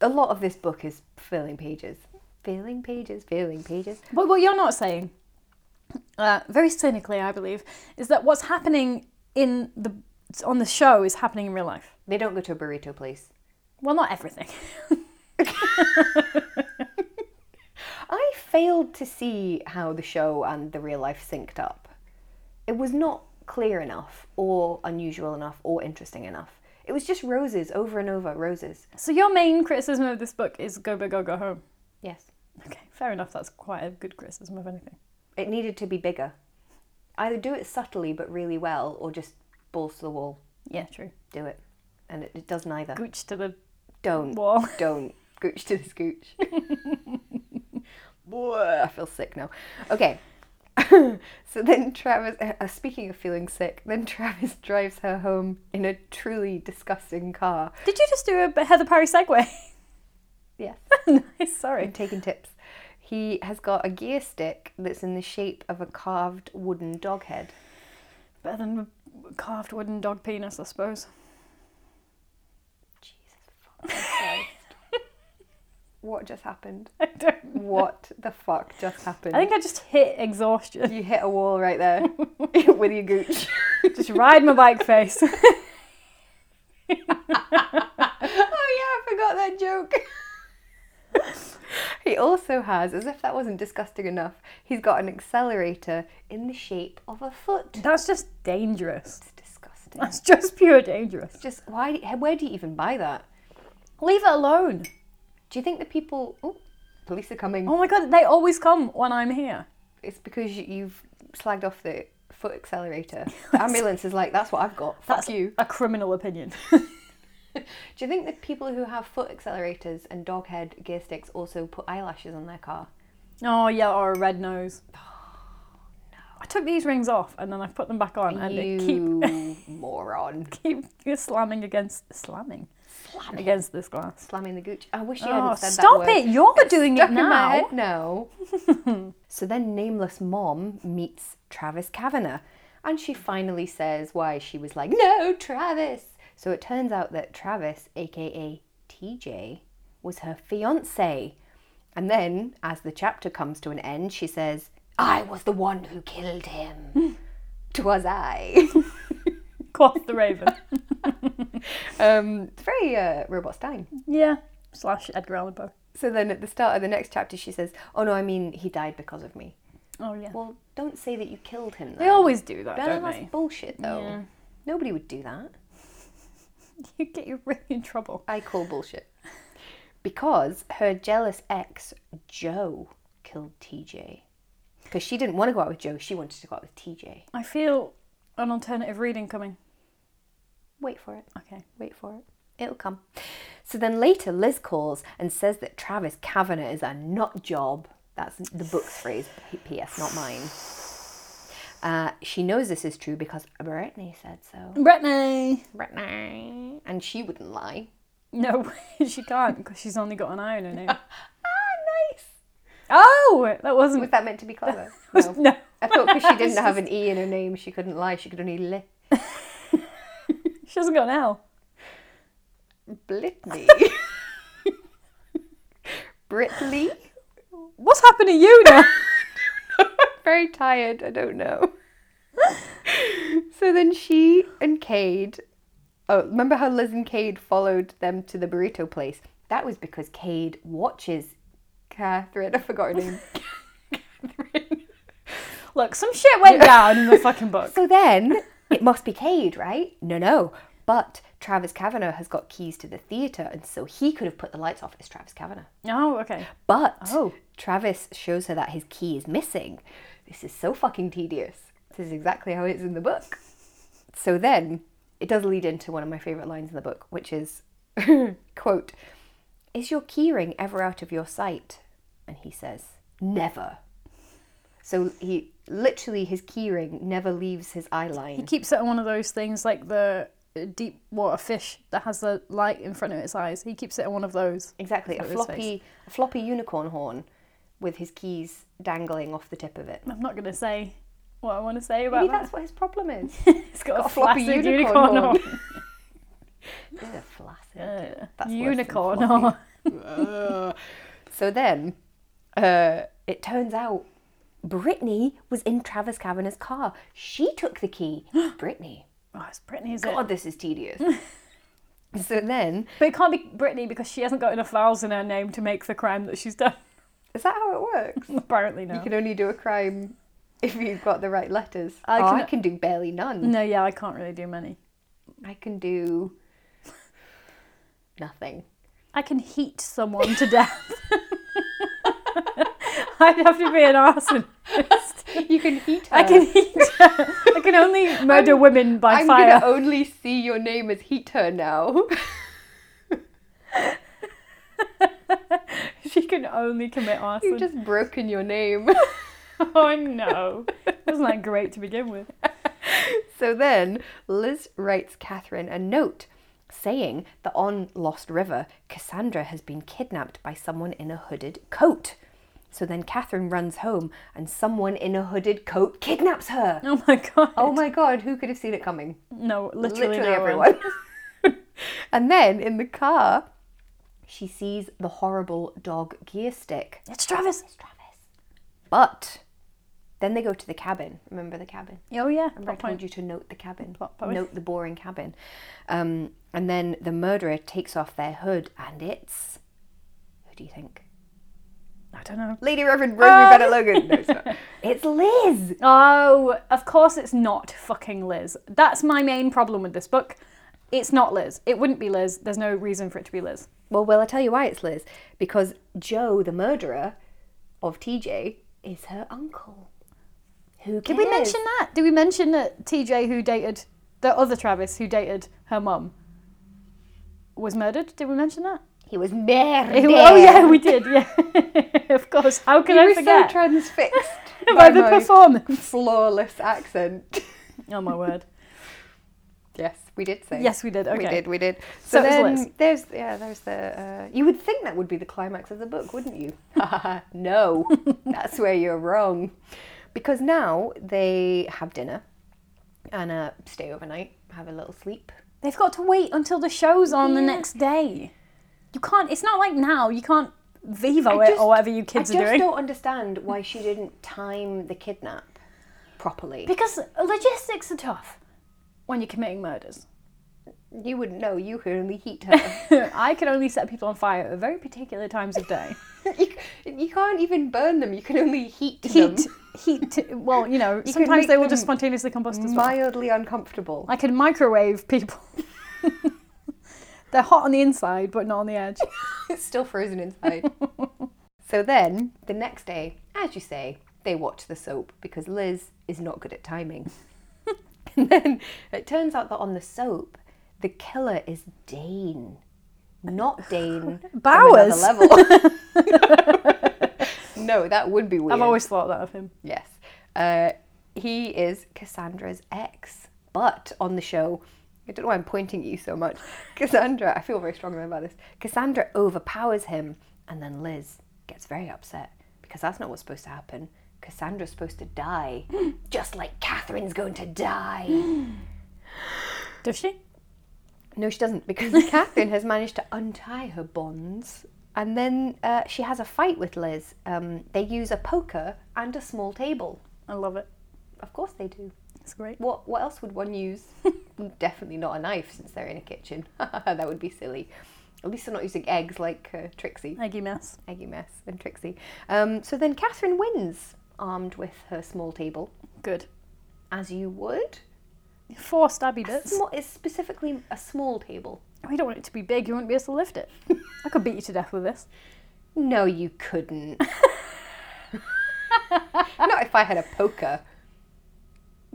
A lot of this book is filling pages. Filling pages, filling pages.
But what you're not saying, uh, very cynically, I believe, is that what's happening in the on the show is happening in real life.
They don't go to a burrito place.
Well, not everything. *laughs*
I failed to see how the show and the real life synced up. It was not clear enough, or unusual enough, or interesting enough. It was just roses over and over, roses.
So your main criticism of this book is go big or go home.
Yes.
Okay, fair enough. That's quite a good criticism of anything.
It needed to be bigger. Either do it subtly but really well, or just balls to the wall,
Yeah, true.
do it. And it, it does neither.
Gooch to the
Don't.
*laughs* wall.
Don't. Gooch to the scooch.
*laughs*
Blah, I feel sick now. Okay. *laughs* so then Travis, uh, uh, speaking of feeling sick, then Travis *laughs* drives her home in a truly disgusting car.
Did you just do a Heather Parry segue? *laughs*
Yes.
nice,
I'm
sorry. *laughs*
taking tips. He has got a gear stick that's in the shape of a carved wooden dog head.
Better than a carved wooden dog penis, I suppose. *laughs*
What just happened?
I don't.
What the fuck just happened?
I think I just hit exhaustion.
you hit a wall right *laughs* there with your gooch.
just *laughs* ride my bike *laughs* face.
*laughs* oh yeah, I forgot that joke. *laughs* he also has, as if that wasn't disgusting enough, he's got an accelerator in the shape of a foot.
That's just dangerous.
It's disgusting.
That's just pure dangerous.
Just why? Where do you even buy that?
Leave it alone.
Do you think the people? Oh, police are coming.
Oh my god, they always come when I'm here.
It's because you- you've slagged off the foot *laughs* accelerator. The ambulance is like, that's what I've got. Fuck
That's
you.
a criminal opinion. *laughs*
Do you think that people who have foot accelerators and dog head gear sticks also put eyelashes on their car?
oh yeah, or a red *gasps* nose. I took these rings off and then I've put them back on and they
you
keep
moron.
keep slamming against slamming. Against this glass.
*laughs* Slamming the gooch. I wish you
Oh,
hadn't said
stop
that word.
it! *laughs* You're doing
Stuck
it
in my
*laughs* now.
head now.
*laughs*
so then Nameless Mom meets Travis Kavanagh and she finally says why she was like, no, Travis. So it turns out that Travis, aka TJ, was her fiance. And then, as the chapter comes to an end, she says, I was the one who killed
*laughs*
him. Twas I.
Quoth the *laughs* Raven.
um, it's very uh, Robot Stein.
yeah. Slash Edgar Allan Poe.
So then at the start of the next chapter, she says, Oh no, I mean, he died because of me.
Oh yeah.
Well, don't say that you killed him.
They
Though.
always do that,
Well,
don't
that's
they?
bullshit, though.
Yeah.
Nobody would do that.
You get you really in trouble.
I call bullshit. Because her jealous ex, Joe, killed TJ. Because she didn't want to go out with Joe, she wanted to go out with TJ.
I feel an alternative reading coming.
Wait for it.
Okay.
Wait for it. It'll come. So then later, Liz calls and says that Travis Kavanagh is a nut job. That's the book's phrase, P- P.S., not mine. Uh, she knows this is true because Brittany said so.
Brittany.
Brittany. And she wouldn't lie.
No, *laughs* she can't because she's only got an eye on her name.
Ah, nice.
Oh, that
Was
wasn't.
that meant to be clever?
was-
No.
*laughs* no.
I thought because she didn't have an E in her name, she couldn't lie. She could only li.
She doesn't got an L.
Blitney. Britley?
What's happened to you now?
Very tired. I don't know. so then she and Cade. Oh, remember how Liz and Cade followed them to the burrito place? That was because Cade watches Catherine. I forgot her name.
Look, some shit went down in the fucking
*laughs*
book.
So then it must be Cade, right? No, no. But Travis Kavanagh has got keys to the theatre, and so he could have put the lights off as Travis Kavanagh.
Oh, okay.
But
Oh.
Travis shows her that his key is missing. This is so fucking tedious. This is exactly how it is in the book. So then it does lead into one of my favourite lines in the book, which is *laughs* quote, Is your keyring ever out of your sight? And he says, Never. So he literally his keyring never leaves his eye line.
Keeps it on one of those things like the uh, deep water fish that has the light in front of its eyes. He keeps it on one of those.
Exactly, a
That's what it is
floppy, a floppy unicorn horn with his keys dangling off the tip of it.
I'm not going to say what I want to say about
Maybe
that. *laughs*
that's what his problem is.
It's got,
got
a floppy unicorn, on.
This is a flaccid.
Uh,
That's worse than
unicorn *laughs*
floppy.
on.
So then, uh, it turns out Brittany was in Travis Kavanagh's car. She took the key.
*gasps*
Brittany.
Oh, it's Brittany, is it?
God, this is
*laughs*
tedious. *laughs* so then,
But it can't be Brittany because she hasn't got enough vowels in her name to make the crime that she's done. *laughs*
is that how it works?
Apparently no.
You can only do a crime if you've got the right letters.
I
oh, I
can-
can do barely none.
No, yeah, I can't really do many.
I can do nothing.
*laughs* I can heat someone to death. *laughs* I'd have to be an arsonist.
you can heat her.
I can I
*laughs*
can only murder women by
Uh. I'm
fire.
gonna only see your name as heat her now. *laughs*
*laughs* She can only commit arson.
You've just broken your name.
*laughs*
*laughs*
Oh no! Wasn't that great to begin with?
So then Liz writes Catherine a note saying that on Lost River, Cassandra has been kidnapped by someone in a hooded coat. So then Catherine runs home and someone in a hooded coat kidnaps
*gasps*
her.
Oh my god!
Oh my god, who could have seen it coming?
No, literally,
Literally,
no one.
everyone. *laughs* and then in the car, she sees the horrible dog gear stick.
It's Travis.
But then they go to the cabin. Remember the cabin?
Oh yeah.
Remember I
Plot
told
point.
you to note the cabin,
Plot point.
note the boring cabin. Um, and then the murderer takes off their hood, and it's who do you think?
I don't know.
Lady Reverend Rosemary Bennett Logan. No, it's
*laughs*
not. It's Liz.
Oh, of course it's not fucking Liz. That's my main problem with this book. It's not Liz. It wouldn't be Liz. There's no reason for it to be Liz.
Well, well, I tell you why it's Liz because Joe, the murderer of TJ, is her uncle. Who
Did we mention that? Did we mention that TJ, who dated the other Travis, who dated her mum, was murdered? Did we mention that?
he was married?
Oh yeah,
*laughs*
we did. Yeah, *laughs* of course. How can
You
I
were so
forget? *laughs*
transfixed
by
by
the
my
performance.
flawless accent. *laughs*
Oh my word.
Yes, we did say.
Yes, we did. Okay.
We did, we did.
So
So,
it was
then
Liz.
there's yeah, there's the uh, you would think that would be the climax of the book, wouldn't
*laughs*
you? *laughs* no. that's where you're wrong. Because now they have dinner and uh, stay overnight, have a little sleep.
They've got to wait until the show's on the next day. You can't. It's not like now. You can't Vivo
I
it or whatever you kids
I just
are doing.
don't understand why she didn't time the kidnap properly.
Because logistics are tough when you're committing *laughs* murders.
You wouldn't know, you could only heat
*laughs*
her.
I can only set people on fire at very particular times of day.
you, you can't even burn them, you can only heat, them.
*laughs* Heat, heat. Well, you know, sometimes
make
they will just
them
spontaneously combust as well.
Mildly uncomfortable.
I can microwave people. *laughs* They're hot on the inside, but not on the *laughs* edge.
*laughs* It's still frozen inside. so then, the next day, as you say, they watch the soap because Liz is not good at timing. and then it turns out that on the soap, the killer is Dane, not Dane. from another
Bowers?
level. *laughs* no, that would be weird.
I've always thought that of him.
Yes. Uh, he is Cassandra's ex, but on the show, I don't know why I'm pointing at you so much. Cassandra, I feel very strongly about this. Cassandra overpowers him, and then Liz gets very upset because that's not what's supposed to happen. Cassandra's supposed to die, just like Catherine's going to die.
Does she?
No, she doesn't, because Catherine has managed to untie her bonds. And then uh, she has a fight with Liz. Um, they use a poker and a small table.
I love it.
Of course they do.
It's great.
What what else would one use? *laughs* Definitely not a knife since they're in a kitchen. *laughs* that would be silly. At least they're not using eggs like uh, Trixie,
Eggy mess.
Eggy Mess and Trixie. Um, so then Catherine wins, armed with her small table,
Good.
as you would.
Four stabby *laughs* bits.
Small, it's specifically a small table.
We don't want it to be big. You wouldn't be able to lift it. I could beat you to death with this.
No, you
*laughs*
couldn't. *laughs* not if I had a poker.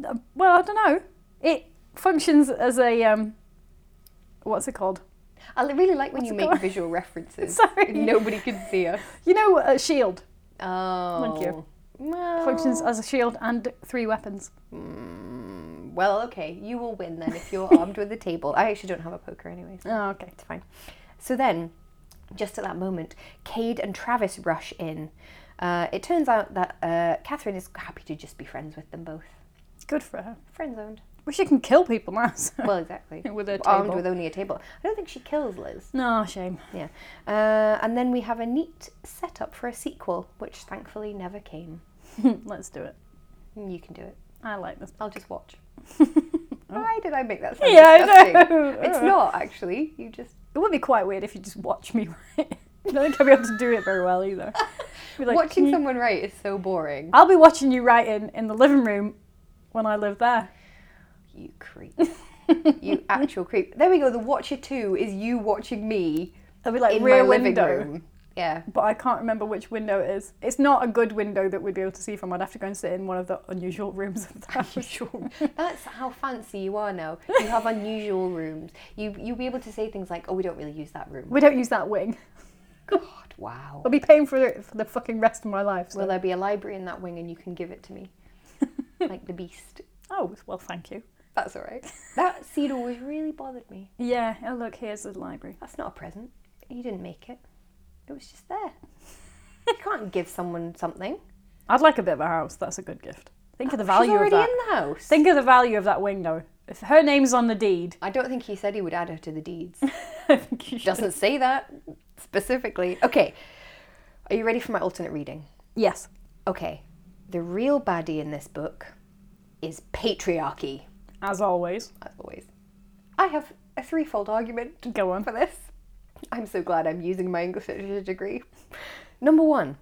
Uh, Well, I don't know. It functions as a um, what's it called?
I really like when you
it
make
called?
visual references.
*laughs* Sorry.
Nobody can see us.
You know, a shield
Oh.
you.
Well,
functions as a shield and three weapons.
Mm, Well, okay, you will win then if
*laughs*
you're armed with a table. I actually don't have a poker anyway, so
Oh, okay.
it's fine. So then, just at that moment, Cade and Travis rush in. Uh, it turns out that uh, Catherine is happy to just be friends with them both.
Good for her.
Friend zoned.
Wish she can kill people now. *laughs* so-
Well, exactly.
With a
Armed
table.
with only a table. I don't think she kills Liz.
No shame. *laughs*
Yeah. Uh, and then we have a neat setup for a sequel, which thankfully never came. Mm,
Let's do it.
You can do it.
I like this.
I'll just
*laughs*
watch. Why did I make that sound
Yeah, I
disgusting?
know. *laughs*
It's not actually. You just
It would be quite weird if you just watch me. *laughs* write. I don't think I'd be able to do it very well either. Be like, "Mm,
Watching someone write is so boring.
I'll be watching you writing in the living room when I live there.
You creep. *laughs* you actual creep. There we go. The Watcher 2 is you watching me
I'll be like
in
rear
my living
window.
room. yeah.
but I can't remember which window it is. It's not a good window that we'd be able to see from. I'd have to go and sit in one of the unusual rooms of *laughs* the house. Unusual.
*laughs* That's how fancy you are now. You have unusual rooms. You you'll be able to say things like, "Oh, we don't really use that room." *laughs*
we don't use that wing.
God, wow.
I'll be paying for it for the fucking rest of my life. So.
Will there be a library in that wing, and you can give it to *laughs* me, like the beast?
oh well, thank you.
That's all right. *laughs* That seed always really bothered me.
Yeah. Oh look, here's the library.
That's not a present. You didn't make it. It was just there. you can't give someone something.
I'd like a bit of a house. That's a good gift. Think of the
She's
value of
already
that.
in the house.
Think of the value of that window. If her name's on the deed, *laughs*
I don't think he said he would add her to the deeds.
I think you should.
Doesn't say that specifically. Okay. Are you ready for my alternate reading?
Yes.
Okay. The real baddie in this book is patriarchy,
As always.
as always. I have a threefold argument
Go on.
for this. I'm so glad I'm using my English literature degree. Number one,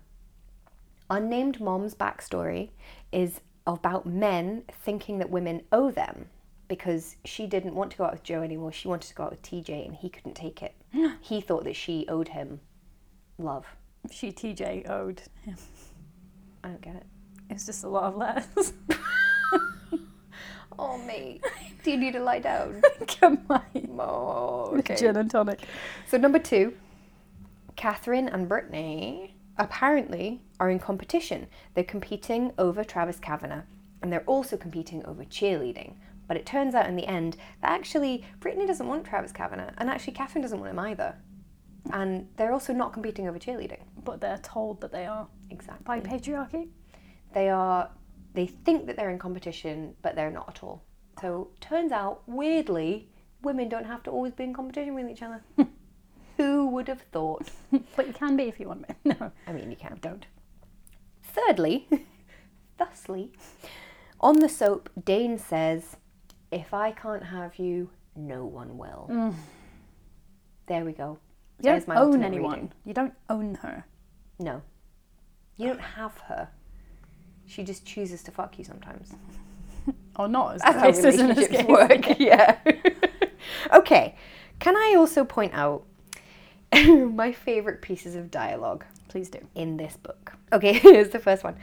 unnamed mom's backstory is about men thinking that women owe them because she didn't want to go out with Joe anymore. She wanted to go out with TJ and he couldn't take *gasps* it. he thought that she owed him love.
She TJ owed him.
I don't get it.
It's just a lot of letters. *laughs*
Oh, mate. *laughs* Do you need to lie *laughs* down?
Come on.
Oh, okay.
Gin and tonic.
So number two, Catherine and Brittany apparently are in competition. They're competing over Travis Kavanagh, and they're also competing over cheerleading. But it turns out in the end that actually Brittany doesn't want Travis Kavanagh, and actually Catherine doesn't want him either. And they're also not competing over cheerleading.
But they're told that they are
Exactly.
by patriarchy.
They are. They think that they're in competition, but they're not at all. So turns out, weirdly, women don't have to always be in competition with each other. *laughs* Who would have thought?
But you can be if you want to. *laughs* No.
I mean, you can. Don't. Thirdly, *laughs* thusly, on the soap, Dane says, If I can't have you, no one will. There we go.
Mm. You
There's
don't
my
own
ultimate
anyone.
reading.
You don't own her.
No. You don't have her. She just chooses to fuck you sometimes.
Or not. As
That's how
the case is in this
relationships *laughs*
case. *laughs*
work. Yeah. okay. Can I also point out *laughs* my favourite pieces of dialogue?
Please do.
in this book. *laughs* Okay, here's the first one.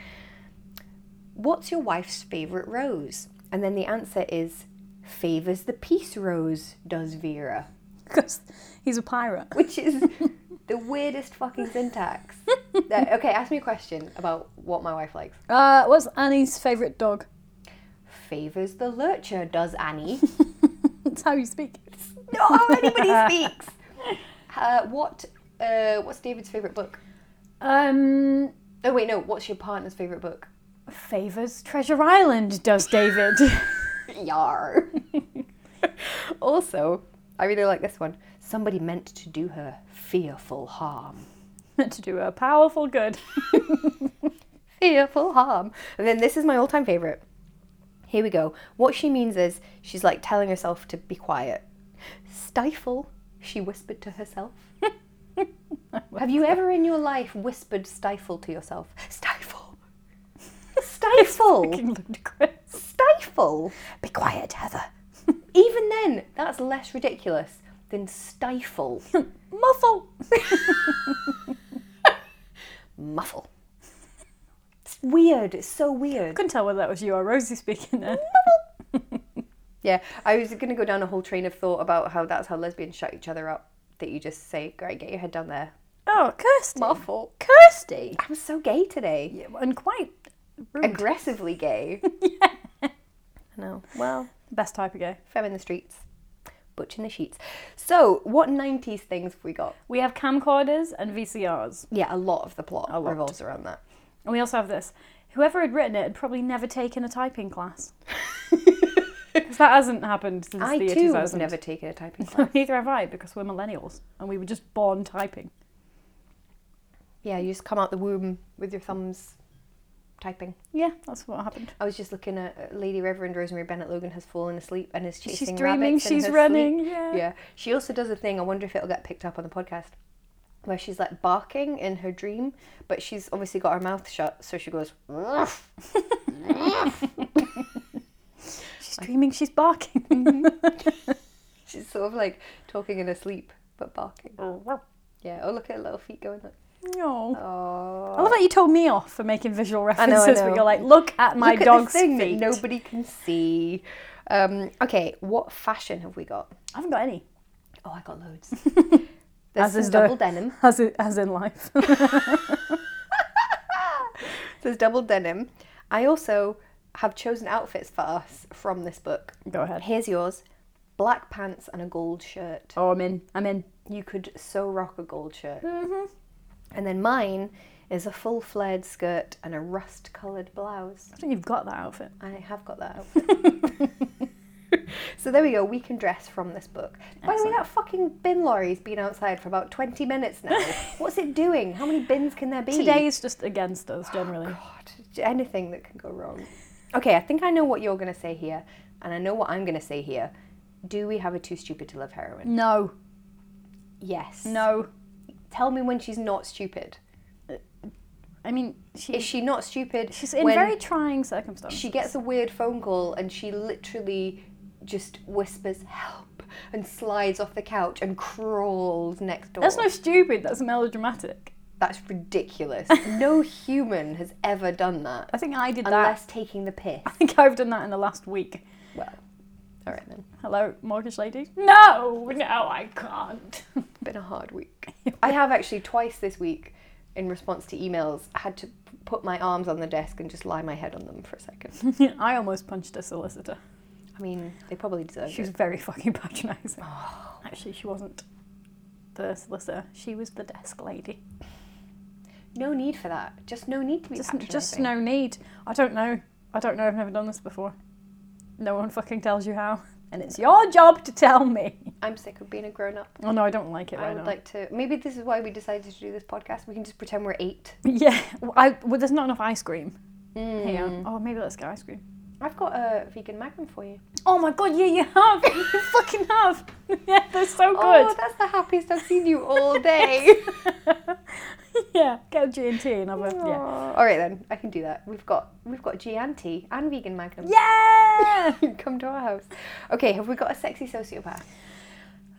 What's your wife's favorite rose? And then the answer is favors the peace rose, does Vera, *laughs*
Because he's a pirate.
which is the weirdest fucking syntax. That- okay, ask me a question about what my wife likes.
Uh, what's Annie's favourite dog? *laughs*
Favors the lurcher, does Annie?
That's how you speak.
Not how anybody speaks. Uh, what? Uh, what's David's favorite book?
Um,
Oh wait, no. What's your partner's favorite book?
favours Treasure Island, does David. *laughs*
Yar. *laughs* also, I really like this one. Somebody meant to do her fearful harm.
Meant to do a powerful good. *laughs*
Fearful harm. And then this is my all time favourite. Here we go. What she means is she's like telling herself to be quiet. Stifle, she whispered to herself. *laughs* Have you ever in your life whispered stifle to yourself? Stifle. *laughs* Stifle.
Fucking ludicrous.
Stifle.
Be quiet, Heather.
Even then, that's less ridiculous than stifle.
Muffle.
muffle. *laughs* It's weird. It's so weird.
Couldn't tell whether that was you or Rosie speaking there.
Yeah, I was going to go down a whole train of thought about how that's how lesbians shut each other up. That you just say, "Great, get your head down there."
*laughs* Oh, Kirsty.
Muffle.
Kirsty.
I'm so gay today.
And quite rude.
Aggressively gay. *laughs* No. Well,
Best type of gay.
femme in the streets, butch in the sheets. So, what '90s things have we got?
We have camcorders and VCRs.
Yeah, a lot of the plot
lot.
revolves around that.
And we also have this. Whoever had written it had probably never taken a
*laughs*
typing class. 'Cause that hasn't happened since
I
the year
too
2000.
have never taken a typing *laughs* class.
*laughs* Neither have I, because we're millennials and we were just born typing.
yeah, you just come out the womb with your thumbs typing.
Yeah, that's what happened.
I was just looking at uh, Lady Reverend Rosemary Bennett Logan has fallen asleep and is chasing
She's dreaming,
rabbits in
she's
her
running.
sleep.
Yeah.
Yeah. She also does a thing. I wonder if it'll get picked up on the podcast, where she's like barking in her dream, but she's obviously got her mouth shut, so she goes. "Ruff."
She's dreaming, she's barking.
She's sort of like talking in her sleep, but barking.
oh, well.
Yeah. Oh, look at her little feet going. Like,
*laughs* No.
Oh.
I love that you told me off for making visual
I know, I
references. But
know.
you're like, look at my
Look at
dog's
this thing
feet.
that nobody can see. Um, okay, what fashion have we got?
I haven't got any.
Oh, I got
*laughs*
loads.
As
There's some
is the-
double denim.
As in, as in life.
There's double denim. I also have chosen outfits for us from this book.
*laughs* Go ahead.
Here's yours: black pants and a gold shirt.
Oh, I'm in. I'm in.
You could so rock a gold shirt. Mm-hmm. And then mine is a full flared skirt and a rust coloured blouse.
I think you've got that outfit.
I have got that outfit. so there we go. We can dress from this book. By the way, that fucking bin lorry's been outside for about 20 minutes now. What's it doing? How many bins can there be?
Today's just against us generally.
God, anything that can go wrong. Okay, I think I know what you're going to say here, and I know what I'm going to say here. Do we have a too stupid to love heroine?
No.
Yes.
No.
Tell me when she's not stupid.
I mean, she,
Is she not stupid?
she's in
when
very trying circumstances.
she gets a weird phone call and she literally just whispers help and slides off the couch and crawls next door.
That's not stupid. That's melodramatic.
That's
*laughs*
ridiculous. no human has ever done that
I think I did that.
unless taking the piss.
*laughs* I think I've done that in the last week.
Well, all right then.
Hello, mortgage lady. No, no, I can't. *laughs*
It's been a hard week. I have actually twice this week, in response to emails, had to put my arms on the desk and just lie my head on them for a
*laughs*
second.
I almost punched a solicitor.
I mean, they probably deserve
She was
it.
very fucking patronising. Actually, she wasn't the solicitor. She was the desk lady.
No need for that. Just no need to be
Just,
patronising.
just no need. I don't know. I don't know. I've never done this before. No one fucking tells you how, and it's your job to tell me.
I'm sick of being a grown up.
*laughs* Oh no, I don't like it.
I
right
would
now.
like to. Maybe this is why we decided to do this podcast. We can just pretend we're eight.
Yeah, well, I, well, there's not enough ice cream here.
Mm.
Oh, maybe let's get ice cream.
I've got a vegan magnum for you.
Oh my god, yeah, you
*laughs*
have. you fucking have. *laughs* Yeah, they're so
Oh,
good.
that's the happiest I've seen you
*laughs*
all day.
yeah, get a G and T and have a yeah.
Aw. All right then, I can do that. We've got we've got Gianti and vegan magnum.
Yeah.
*laughs* Come to our house. Okay, have we got a sexy sociopath?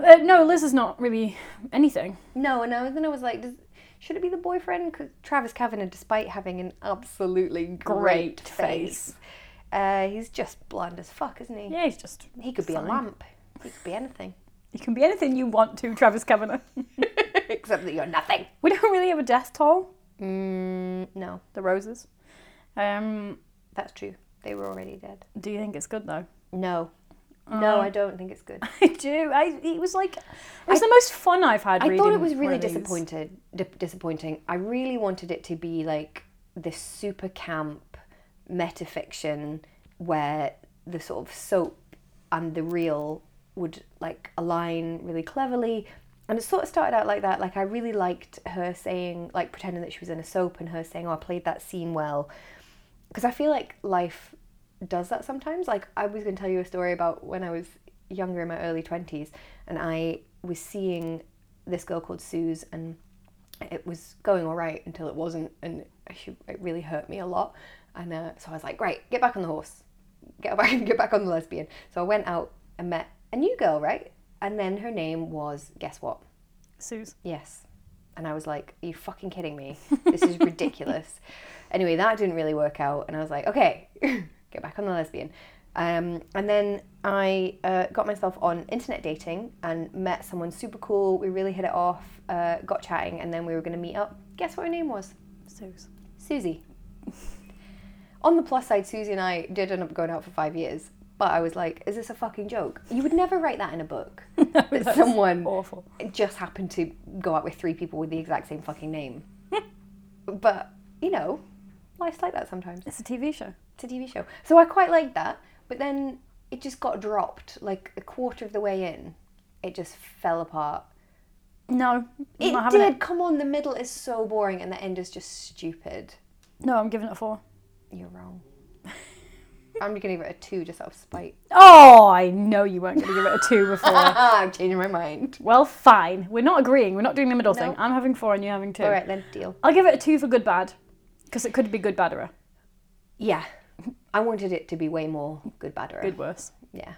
Uh, no, Liz is not really anything.
No, and I, then I was like, does, should it be the boyfriend? 'Cause Travis Kavanagh, despite having an absolutely great,
Great
face, Uh, he's just blonde as fuck, isn't he?
Yeah, he's just.
He could be a
Fine.
lamp. He could be anything,
You can be anything you want to, Travis Kavanagh.
*laughs* except that you're nothing.
*laughs* we don't really have a death toll.
Mm, no,
The roses. Um,
that's true. They were already dead.
do you think it's good though? *laughs*
No. No, I don't think it's good.
I do. I. It was like. It was the most fun I've had.
I thought it
reading
was
one
really
of these.
disappointed. Di- disappointing. I really wanted it to be like this super camp metafiction where the sort of soap and the real would like align really cleverly. And it sort of started out like that. Like I really liked her saying, like pretending that she was in a soap, and her saying, "Oh, I played that scene well," because I feel like life does that sometimes. Like I was going to tell you a story about when I was younger in my early 20s and I was seeing this girl called Suze and it was going all right until it wasn't and she, it really hurt me a lot and uh, so I was like right get back on the horse get back *laughs* get back on the lesbian so I went out and met a new girl right and then her name was guess what
Suze.
Yes. And I was like, Are you fucking kidding me? This is ridiculous. anyway, that didn't really work out. And I was like, Okay, *laughs* get back on the lesbian. Um, and then I uh, got myself on internet dating and met someone super cool. We really hit it off, uh, got chatting, and then we were going to meet up. Guess what her name was?
Suze.
Susie. On the plus side, Susie and I did end up going out for five years, but I was like, is this a fucking joke? You would never write that in a book. that someone
Awful.
just happened to go out with three people with the exact same fucking name. *laughs* but, you know, life's like that sometimes.
It's a TV show.
It's a TV show. So I quite liked that, but then it just got dropped like a quarter of the way in. It just fell apart.
No.
It
not having
did. Come on, the middle is so boring and the end is just stupid.
No, I'm giving it a four.
You're *laughs* wrong. I'm gonna give it a two just out of spite.
Oh, I know you weren't going to give it a two before. *laughs*
Ah, *laughs* I'm changing my mind.
well, fine. We're not agreeing. We're not doing the middle
No.
thing. I'm having four and you're having two.
All right then, deal.
I'll give it a two for good bad, because it could be good badderer,
Yeah, I wanted it to be way more good, bad, or
good worse. *laughs*
yeah,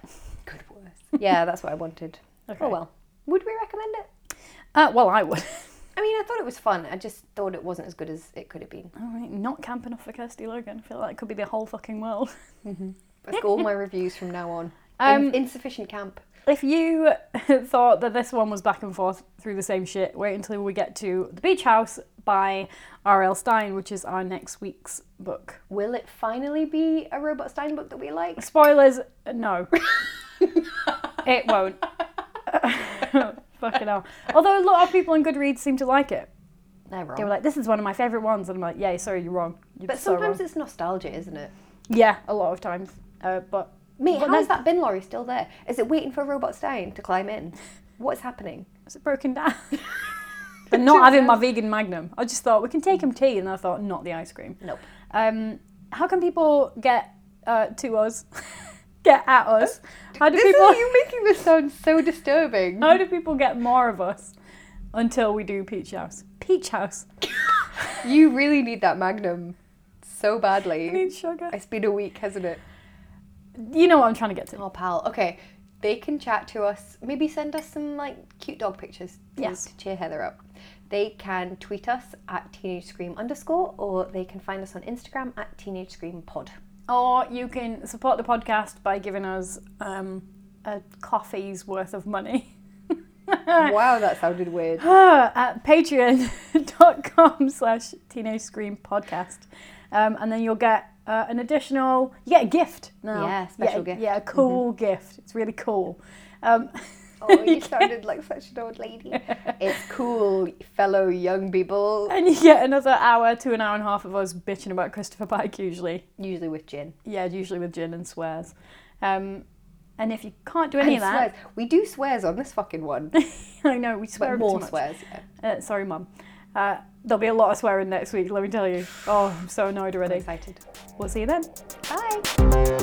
good worse. Yeah, that's what I wanted.
Okay.
Oh well. Would we recommend it?
Uh, well, I would. *laughs*
I mean, I thought it was fun. I just thought it wasn't as good as it could have been.
All right, not camp enough for Kirsty Logan. I feel like it could be the whole fucking world. *laughs*
That's all my reviews from now on.
Um,
In- insufficient camp.
If you *laughs* thought that this one was back and forth through the same shit, wait until we get to The Beach House by R.L. Stein, which is our next week's book.
Will it finally be a Robot Stein book that we like?
Spoilers, no. it won't. *laughs* Fucking hell. Although a lot of people on Goodreads seem to like it.
They're wrong.
They were like, this is one of my favourite ones. And I'm like, yay, sorry, you're wrong. You're
but
so
sometimes
wrong.
it's nostalgia, isn't it?
Yeah, a lot of times. Uh, but
Mate,
But
how
no-
is that bin lorry still there? Is it waiting for Robot Stein to climb in? What's
*laughs*
happening?
Is it
*laughs*
broken down? but not having my vegan magnum. I just thought we can take him tea, and I thought not the ice cream.
Nope.
Um, how can people get uh, to us? *laughs* get at us? How do
Uh, This
people?
is you making this sound so disturbing.
How do people get more of us until we do Peach House? Peach House.
*laughs* You really need that Magnum so
I
badly.
need sugar.
It's been a week, hasn't it?
You know what I'm trying to get to.
Oh, pal. Okay, they can chat to us. Maybe send us some like cute dog pictures to,
Yes.
to cheer Heather up. They can tweet us at teenage scream underscore, or they can find us on Instagram at teenage scream pod.
Or you can support the podcast by giving us um, a coffee's worth of money. *laughs* Uh.
wow, that sounded weird.
Ah, at patreon.com *laughs* slash teenage scream podcast um, and then you'll get uh, an additional you get a gift now
Yeah, special
yeah,
gift. Mm-hmm.
yeah a cool gift it's really cool um,
Oh, you sounded like such an old lady. It's cool, fellow young people.
and you get another hour to an hour and a half of us bitching about christopher pike usually
Usually with gin.
yeah usually with gin and swears um, and if you can't do any of
And
that
swears. We do swears on this fucking one,
i know we swear a
but
bit too
more
much.
swears. Yeah.
Uh, sorry mum uh, there'll be a lot of swearing next week let me tell you oh i'm so annoyed
I'm
already
excited.
we'll see you then
Bye.